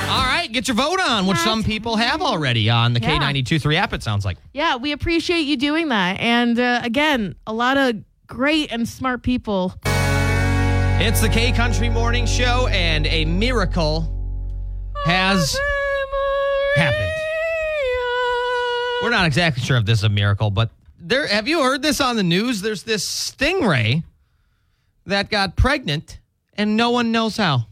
S1: All right, get your vote on, which some people have already on the
S4: Yeah.
S1: K92 3 app, it sounds like.
S4: Yeah, we appreciate you doing that. And uh, again, a lot of great and smart people.
S1: It's the K Country Morning Show, and a miracle has happened. We're not exactly sure if this is a miracle, but there. Have you heard this on the news? There's this stingray that got pregnant, and no one knows how.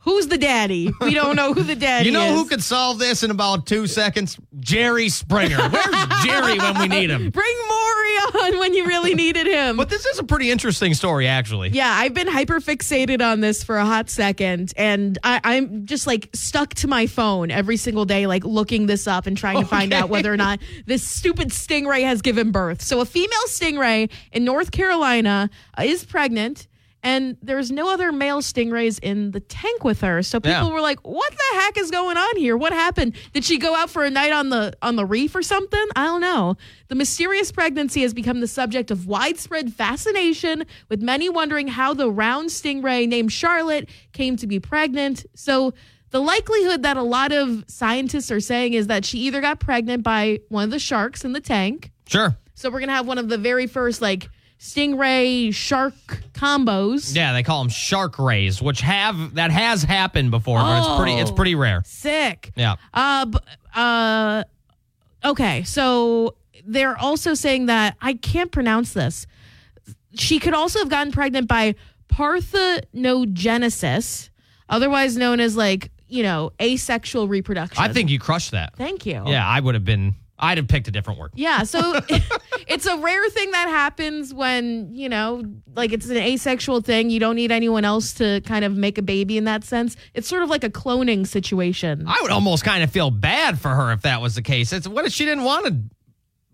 S4: Who's the daddy? We don't know who the daddy
S1: You know
S4: is.
S1: who could solve this in about two seconds? Jerry Springer. Where's Jerry when we need him?
S4: Bring Maury on when you really needed him.
S1: But this is a pretty interesting story, actually.
S3: Yeah, I've been hyper fixated on this for a hot second, and I, I'm just like stuck to my phone every single day, like looking this up and trying to find
S1: Okay.
S3: out whether or not this stupid stingray has given birth. So, a female stingray in North Carolina uh, is pregnant. and there's no other male stingrays in the tank with her. So people
S1: Yeah.
S3: were like, "What the heck is going on here? What happened? Did she go out for a night on the on the reef or something?" I don't know. The mysterious pregnancy has become the subject of widespread fascination, with many wondering how the round stingray named Charlotte came to be pregnant. So the likelihood that a lot of scientists are saying is that she either got pregnant by one of the sharks in the tank.
S1: Sure.
S3: So we're gonna have one of the very first like stingray shark combos.
S1: Yeah, they call them shark rays, which have that has happened before, but it's pretty it's
S3: Oh.
S1: pretty rare.
S3: Sick.
S1: Yeah.
S3: Uh, b- uh, okay. So they're also saying that I can't pronounce this. She could also have gotten pregnant by parthenogenesis, otherwise known as like you know asexual reproduction.
S1: I think you crushed that.
S3: Thank you.
S1: Yeah, I would have been I'd have picked a different word.
S3: Yeah, so it's a rare thing that happens when, you know, like it's an asexual thing. You don't need anyone else to kind of make a baby in that sense. It's sort of like a cloning situation.
S1: I would almost kind of feel bad for her if that was the case. It's what if she didn't want to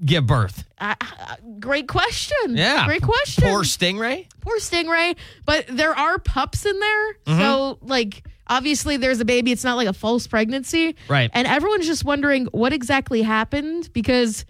S1: give birth?
S3: I, I- Uh, great question.
S1: Yeah.
S3: Great question.
S1: Poor stingray?
S3: Poor stingray. But there are pups in there.
S1: Mm-hmm.
S3: So, like, obviously there's a baby. It's not like a false pregnancy.
S1: Right.
S3: And everyone's just wondering what exactly happened because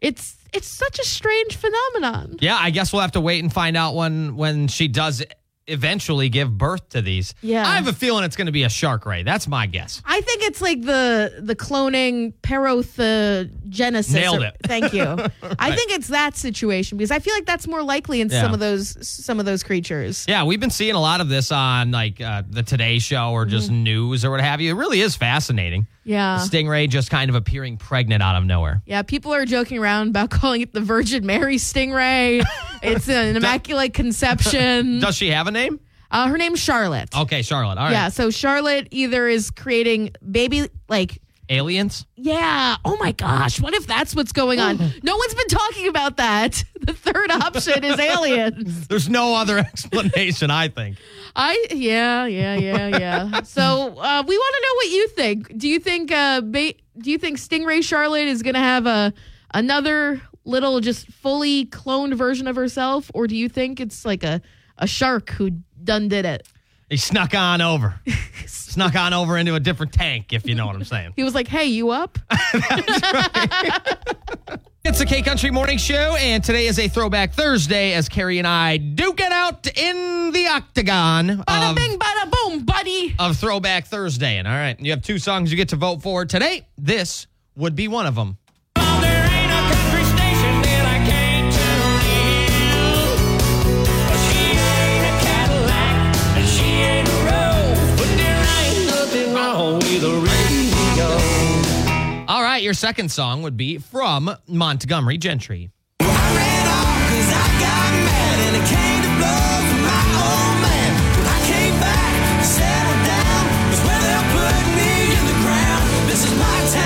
S3: it's. It's such a strange phenomenon.
S1: Yeah, I guess we'll have to wait and find out when when she does eventually give birth to these.
S3: Yeah.
S1: I have a feeling it's going to be a shark ray. That's my guess.
S3: I think it's like the the cloning parothogenesis.
S1: Nailed
S3: or-
S1: it.
S3: Thank you. I think it's that situation because I feel like that's more likely in
S1: Yeah.
S3: some of those some of those creatures.
S1: Yeah, we've been seeing a lot of this on like uh, the Today Show or just news or what have you. It really is fascinating.
S3: Mm-hmm. Yeah.
S1: Stingray just kind of appearing pregnant out of nowhere.
S3: Yeah, people are joking around about calling it the Virgin Mary stingray. it's an immaculate conception.
S1: Does she have a name?
S3: Uh, her name's Charlotte.
S1: Oh, Okay, Charlotte. All right.
S3: Yeah, so Charlotte either is creating baby like
S1: Aliens?
S3: Yeah. Oh my gosh. What if that's what's going on? No one's been talking about that. The third option is aliens.
S1: There's no other explanation, I think.
S3: I yeah yeah yeah yeah. so uh, we want to know what you think. Do you think uh, ba- do you think Stingray Charlotte is gonna have a another little just fully cloned version of herself, or do you think it's like a a shark who done did it?
S1: He snuck on over. snuck on over into a different tank, if you know what I'm saying.
S3: He was like, "Hey, you up?"
S1: It's the K Country Morning Show, and today is a Throwback Thursday as Carrie and I duke it out in the octagon
S3: Bada
S1: of,
S3: bing, bada boom, buddy.
S1: of Throwback Thursday. And all right, you have two songs you get to vote for today. This would be one of them.
S5: There ain't a country station that I can't tune in. She ain't a Cadillac and she ain't a Rose, but there ain't nothing wrong with a radio.
S1: All right, your second song would be from Montgomery Gentry.
S6: I ran off 'cause I got mad and it came to blows from my old man. When I came back, settled down, 'cause where they put me in the ground, this is my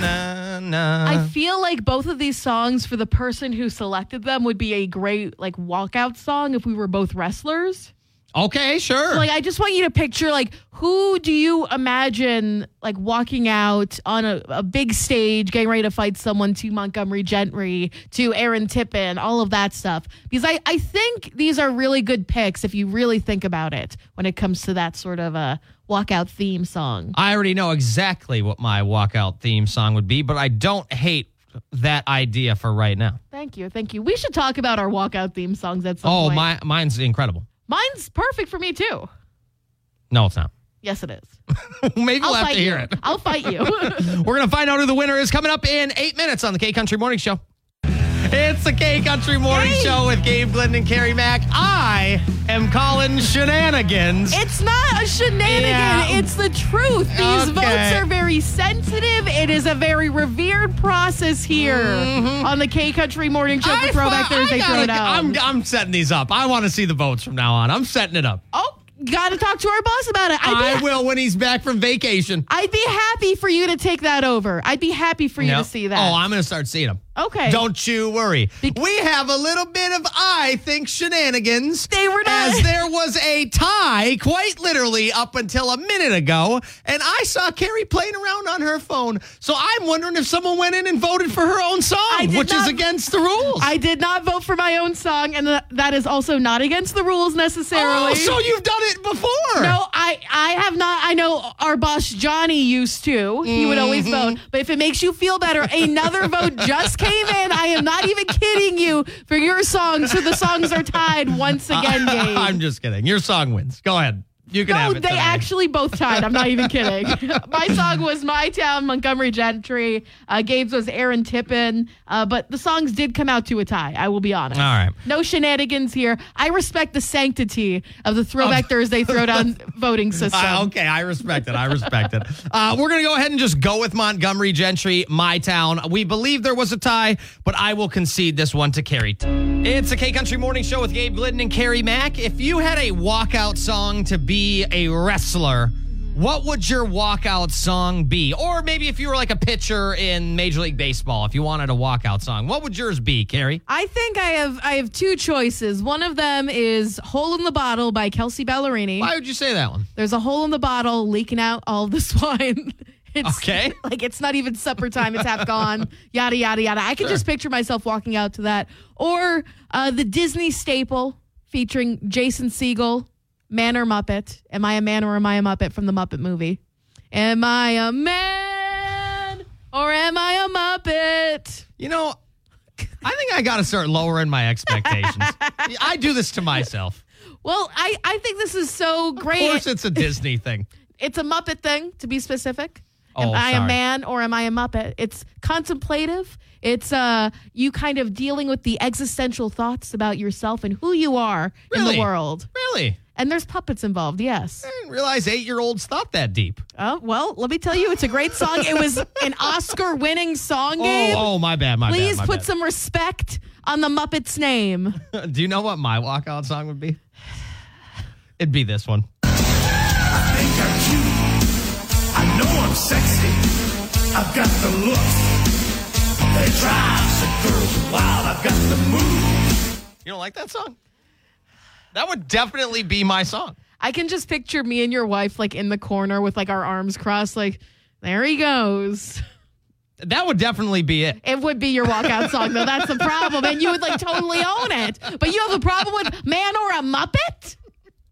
S6: town.
S1: Na, na.
S3: I feel like both of these songs for the person who selected them would be a great like walkout song if we were both wrestlers.
S1: Okay, sure.
S3: Like I just want you to picture like who do you imagine like walking out on a, a big stage, getting ready to fight someone to Montgomery Gentry, to Aaron Tippin, all of that stuff. Because I, I think these are really good picks if you really think about it when it comes to that sort of a walkout theme song.
S1: I already know exactly what my walkout theme song would be, but I don't hate that idea for right now.
S3: Thank you, thank you. We should talk about our walkout theme songs at some
S1: Oh,
S3: point.
S1: my, mine's incredible.
S3: Mine's perfect for me too.
S1: No, it's not.
S3: Yes, it is.
S1: Maybe
S3: I'll
S1: we'll have
S3: fight
S1: to hear
S3: you.
S1: it.
S3: I'll fight you.
S1: We're going to find out who the winner is coming up in eight minutes on the K Country Morning Show. It's the K Country Morning Show with Gabe Glenn and Carrie Mack. I am calling shenanigans.
S3: it's not a shenanigan.
S1: Yeah.
S3: It's the truth. These
S1: Okay.
S3: votes are very sensitive. It is a very revered process here on the K Country Morning Show for Throwback
S1: fi- Mm-hmm. I
S3: Thursday
S1: gotta-
S3: Throwdown.
S1: I'm, I'm setting these up. I want to see the votes from now on. I'm setting it up.
S3: oh, gotta talk to our boss about it. I'd
S1: I
S3: be,
S1: will when he's back from vacation.
S3: I'd be happy for you to take that over. I'd be happy for you
S1: No.
S3: to see that.
S1: Oh, I'm going to start seeing them.
S4: Okay.
S1: Don't you worry. we have a little bit of I think shenanigans.
S4: They were not-
S1: As there was a tie, quite literally, up until a minute ago, and I saw Carrie playing around on her phone. So I'm wondering if someone went in and voted for her own song,
S4: did
S1: which is
S4: not-
S1: against the rules.
S4: I did not vote for my own song, and th- that is also not against the rules necessarily.
S1: oh, so you've done it before.
S4: No, I I have not. I know our boss Johnny used to. He would always
S1: Mm-hmm.
S4: vote. But if it makes you feel better, another vote just came in. I am not even kidding you for your song. So the songs are tied once again, Gabe.
S1: Uh, I'm just kidding. Your song wins. Go ahead. You can
S4: no,
S1: have
S4: they
S1: it. tonight.
S4: actually both tied. I'm not even kidding. My song was "My Town," Montgomery Gentry. Uh, Gabe's was Aaron Tippin. Uh, but the songs did come out to a tie. I will be honest.
S1: All right.
S4: No shenanigans here. I respect the sanctity of the Throwback Thursday Throwdown voting system.
S1: Uh, okay, I respect it. I respect it. Uh, we're going to go ahead and just go with Montgomery Gentry, my town. We believe there was a tie, but I will concede this one to Carrie. It's a K Country Morning Show with Gabe Glidden and Carrie Mack. If you had a walkout song to be a wrestler, what would your walkout song be? Or maybe if you were like a pitcher in Major League Baseball, if you wanted a walkout song, what would yours be, Carrie?
S3: I think I have I have two choices. One of them is "Hole in the Bottle" by Kelsey Ballerini.
S1: Why would you say that one?
S3: There's a hole in the bottle leaking out all this wine. It's
S1: Okay.
S3: like it's not even supper time. It's half gone. Yada yada yada. I can just picture myself walking out to that, or uh, the Disney staple featuring Jason Segel, Man or Muppet. Am I a man or am I a Muppet from the Muppet movie? Am I a man or am I a Muppet?
S1: You know, I think I got to start lowering my expectations. I do this to myself.
S3: Well, I I think this is so
S1: Of
S3: great.
S1: course, it's a Disney thing.
S3: It's a Muppet thing, to be specific.
S1: Oh,
S3: Am I
S1: sorry.
S3: a man or am I a Muppet? It's contemplative. It's uh, you kind of dealing with the existential thoughts about yourself and who you are in
S1: Really?
S3: the world.
S1: Really?
S3: And there's puppets involved, yes.
S1: I didn't realize eight year olds thought that deep.
S3: Oh, well, let me tell you, it's a great song. It was an Oscar winning song,
S1: Oh,
S3: Gabe.
S1: oh, my bad, my
S3: Please
S1: bad. my
S3: put
S1: bad.
S3: some respect on the Muppet's name.
S1: Do you know what my walkout song would be? It'd be this one.
S7: think I'm cute. I know I'm sexy. I've got the looks that drives the girls wild. I've got the moves.
S1: You don't like that song? That would definitely be my song.
S4: I can just picture me and your wife like in the corner with like our arms crossed, like there he goes.
S1: That would definitely be it.
S4: It would be your walkout song though. That's the problem, and you would like totally own it. But you have a problem with man or a Muppet?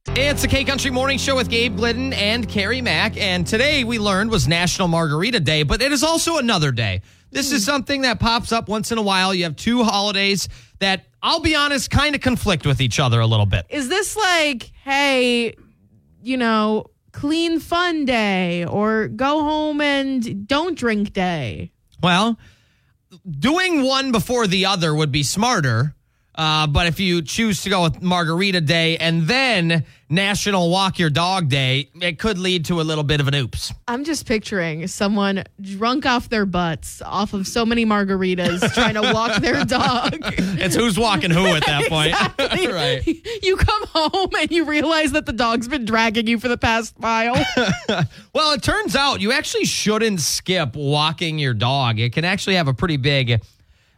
S1: It's the K Country Morning Show with Gabe Glidden and Carrie Mack. And today we learned was National Margarita Day, but it is also another day. This is something that pops up once in a while. You have two holidays that, I'll be honest, kind of conflict with each other a little bit.
S3: Is this like, hey, you know, clean fun day or go home and don't drink day?
S1: Well, doing one before the other would be smarter. Uh, but if you choose to go with Margarita Day and then National Walk Your Dog Day, it could lead to a little bit of an oops.
S4: I'm just picturing someone drunk off their butts off of so many margaritas trying to walk their dog.
S1: It's who's walking who at that point. right.
S4: You come home and you realize that the dog's been dragging you for the past mile.
S1: Well, it turns out you actually shouldn't skip walking your dog. It can actually have a pretty big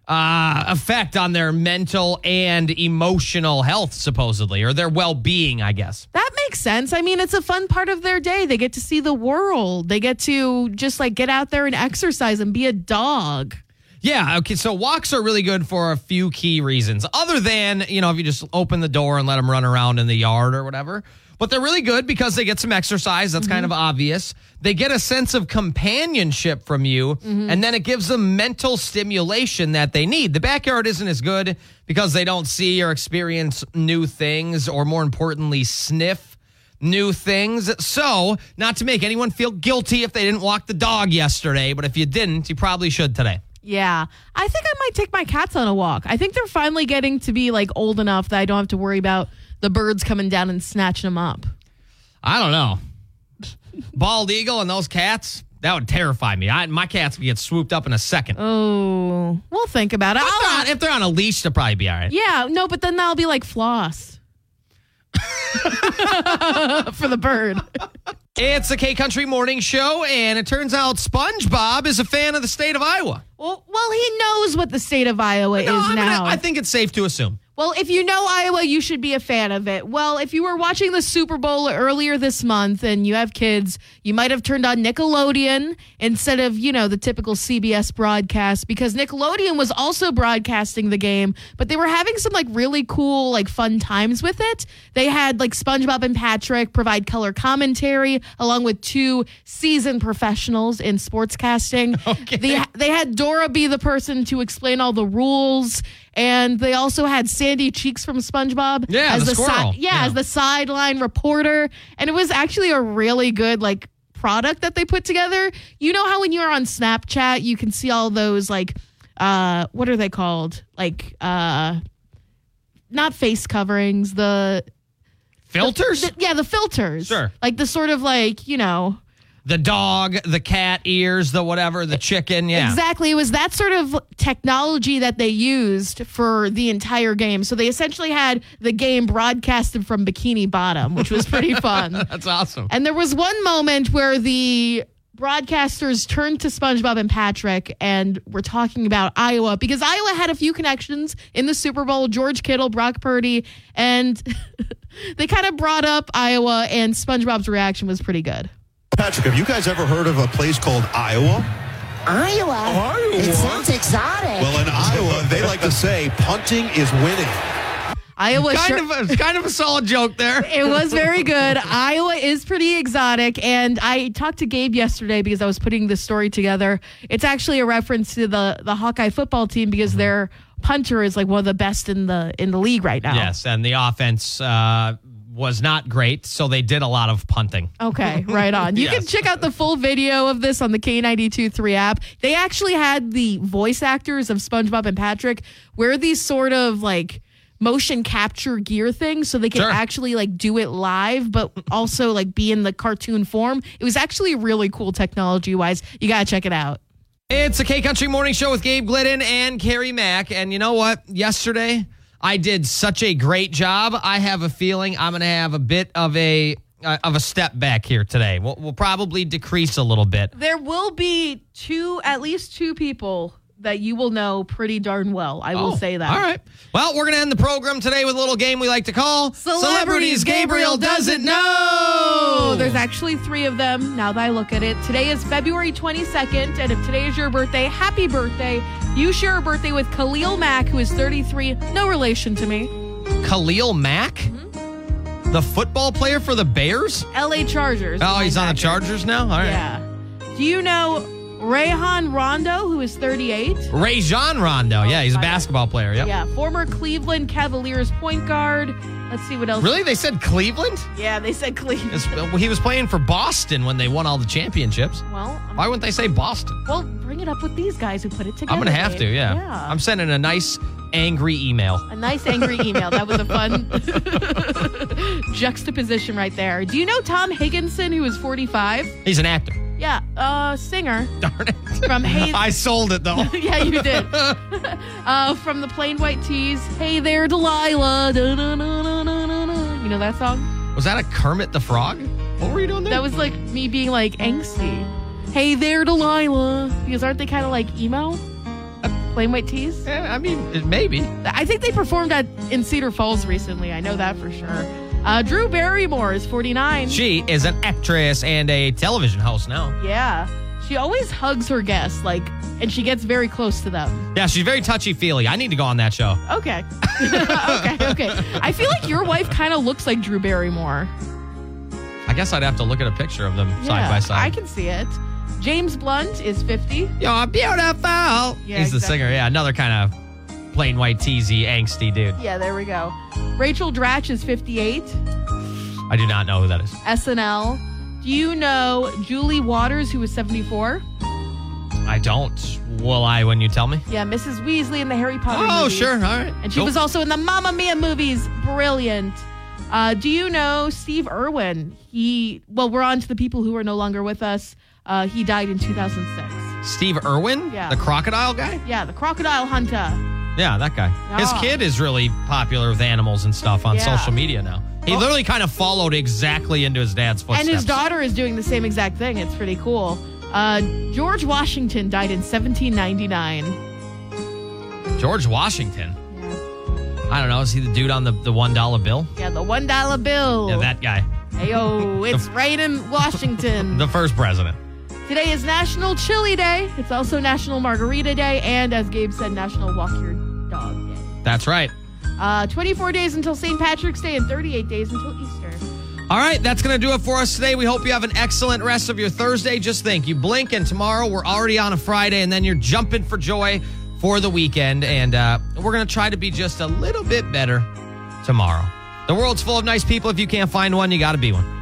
S1: uh, effect on their mental and emotional health, supposedly, or their well being, I guess.
S3: That makes sense. I mean, it's a fun part of their day. They get to see the world. They get to just like get out there and exercise and be a dog.
S1: Yeah. Okay. So walks are really good for a few key reasons, other than, you know, if you just open the door and let them run around in the yard or whatever. But they're really good because they get some exercise. That's kind of obvious. They get a sense of companionship from you, and then it gives them mental stimulation that they need. The backyard isn't as good because they don't see or experience new things, or more importantly, sniff new things. So, not to make anyone feel guilty if they didn't walk the dog yesterday, but if you didn't, you probably should today.
S3: Yeah. I think I might take my cats on a walk. I think they're finally getting to be like old enough that I don't have to worry about the birds coming down and snatching them up.
S1: I don't know. Bald eagle and those cats, that would terrify me. I, my cats would get swooped up in a second.
S3: Oh, we'll think about it.
S1: If they're
S3: I'll,
S1: on- if they're on a leash, they'll probably be all right.
S3: yeah. No, but then that'll be like floss. for the bird.
S1: It's the K Country Morning Show, and it turns out SpongeBob is a fan of the state of Iowa.
S3: well, well, he knows what the state of Iowa
S1: No,
S3: is
S1: I'm gonna-
S3: now.
S1: I think it's safe to assume.
S3: Well, if you know Iowa, you should be a fan of it. Well, if you were watching the Super Bowl earlier this month and you have kids, you might have turned on Nickelodeon instead of, you know, the typical CBS broadcast because Nickelodeon was also broadcasting the game, but they were having some like really cool, like fun times with it. They had like SpongeBob and Patrick provide color commentary along with two seasoned professionals in sportscasting.
S1: Okay.
S3: The they had Dora be the person to explain all the rules, and they also had Sandy Cheeks from SpongeBob
S1: Yeah, the
S3: si-
S1: squirrel.
S3: yeah,
S1: Yeah.
S3: as the sideline reporter, and it was actually a really good like product that they put together. You know how when you're on Snapchat, you can see all those like uh what are they called? Like uh not face coverings, the
S1: Filters?
S3: the- yeah, the filters.
S1: Sure.
S3: Like the sort of like, you know,
S1: the dog, the cat ears, the whatever, the chicken. Yeah.
S3: Exactly. It was that sort of technology that they used for the entire game. So they essentially had the game broadcasted from Bikini Bottom, which was pretty fun.
S1: That's awesome.
S3: And there was one moment where the broadcasters turned to SpongeBob and Patrick and were talking about Iowa because Iowa had a few connections in the Super Bowl George Kittle, Brock Purdy, and they kind of brought up Iowa, and SpongeBob's reaction was pretty good.
S7: Patrick, have you guys ever heard of a place called Iowa?
S6: Iowa. It sounds exotic.
S7: Well, in Iowa, they like to say punting is winning.
S3: Iowa
S1: kind
S3: sure-
S1: of a, kind of a solid joke there.
S3: It was very good. Iowa is pretty exotic. And I talked to Gabe yesterday because I was putting this story together. It's actually a reference to the, the Hawkeye football team
S1: Mm-hmm.
S3: because their punter is like one of the best in the in the league right now.
S1: Yes, and the offense uh, was not great, so they did a lot of punting.
S3: Okay, right on. You can
S1: Yes.
S3: check out the full video of this on the K92 3 app. They actually had the voice actors of SpongeBob and Patrick wear these sort of like motion capture gear things so they can
S1: Sure.
S3: actually like do it live but also like be in the cartoon form. It was actually really cool technology wise. You got to check it out.
S1: It's the K Country Morning Show with Gabe Glidden and Carrie Mack. And you know what? Yesterday, I did such a great job. I have a feeling I'm going to have a bit of a uh, of a step back here today. We'll, we'll probably decrease a little bit.
S3: There will be two at least two people that you will know pretty darn well. I will
S1: Oh,
S3: say that.
S1: All right. Well, we're going to end the program today with a little game we like to call
S3: Celebrities Gabriel Doesn't
S1: Know.
S3: Oh, there's actually three of them now that I look at it. Today is February 22nd, and if today is your birthday, happy birthday. You share a birthday with Khalil Mack, who is 33, no relation to me.
S1: Khalil Mack,
S3: Mm-hmm.
S1: the football player for the Bears.
S3: LA Chargers.
S1: Oh, he's on the
S3: linebacker.
S1: Chargers now? All right.
S3: Yeah. Do you know Rayhan Rondo, who is 38?
S1: Ray John Rondo. Yeah, he's a
S3: Oh, my God.
S1: basketball player. Yep.
S3: Yeah, former Cleveland Cavaliers point guard. Let's see what else.
S1: Really? They said Cleveland?
S3: Yeah, they said Cleveland.
S1: It's- well, he was playing for Boston when they won all the championships.
S3: Well, I'm-
S1: Why wouldn't they say Boston?
S3: well, bring it up with these guys who put it together.
S1: I'm going to have
S3: Dave.
S1: to, yeah.
S3: yeah.
S1: I'm sending a nice, angry email.
S3: A nice angry email. That was a fun juxtaposition right there. Do you know Tom Higginson, who is 45?
S1: He's an actor.
S3: Yeah, uh, singer
S1: Darn it.
S3: from Hey.
S1: I sold it, though.
S3: yeah, you did. uh, from the Plain White Tees. Hey there, Delilah. Da-na-na-na-na-na-na. You know that song?
S1: Was that a Kermit the Frog? What were you doing there?
S3: That was like me being like angsty. Hey there, Delilah. Because aren't they kind of like emo? Plain White Tees?
S1: Yeah, I mean, it- maybe.
S3: I think they performed at in Cedar Falls recently. I know that for sure. Uh, Drew Barrymore is 49.
S1: She is an actress and a television host now.
S3: Yeah. She always hugs her guests, like, and she gets very close to them.
S1: Yeah, she's very touchy feely. I need to go on that show.
S3: Okay. okay, okay. I feel like your wife kind of looks like Drew Barrymore.
S1: I guess I'd have to look at a picture of them side
S3: Yeah,
S1: by side.
S3: I can see it. James Blunt is 50.
S1: You're beautiful.
S3: Yeah,
S1: He's the
S3: exactly.
S1: singer. Yeah, another kind of plain white, teasy, angsty dude.
S3: Yeah, there we go. Rachel Dratch is 58.
S1: I do not know who that is.
S3: SNL. Do you know Julie Waters, who is 74?
S1: I don't. Will I when you tell me?
S3: Yeah, Mrs. Weasley in the Harry Potter
S1: oh,
S3: movies.
S1: sure. All right.
S3: And she was also in the Mamma Mia movies. Brilliant. Uh, do you know Steve Irwin? He, well, we're on to the people who are no longer with us. Uh, he died in 2006.
S1: Steve Irwin,
S3: Yeah.
S1: the crocodile guy?
S3: Yeah, the crocodile hunter.
S1: Yeah, that guy. His
S3: Yeah.
S1: kid is really popular with animals and stuff on
S3: Yeah.
S1: social media now. He literally kind of followed exactly into his dad's footsteps.
S3: and his daughter is doing the same exact thing. It's pretty cool. Uh, George Washington died in 1799.
S1: George Washington. I don't know. Is he the dude on the, the one dollar bill?
S3: Yeah, the one dollar bill.
S1: Yeah, that guy.
S3: Heyo, it's raining Washington.
S1: The first president.
S3: Today is National Chili Day. It's also National Margarita Day, and as Gabe said, National Walk Your Dog Day.
S1: That's right.
S3: Uh, 24 days until St. Patrick's Day and 38 days until Easter.
S1: All right, that's going to do it for us today. We hope you have an excellent rest of your Thursday. Just think, you blink and tomorrow we're already on a Friday, and then you're jumping for joy for the weekend. And uh, we're going to try to be just a little bit better tomorrow. The world's full of nice people. If you can't find one, you got to be one.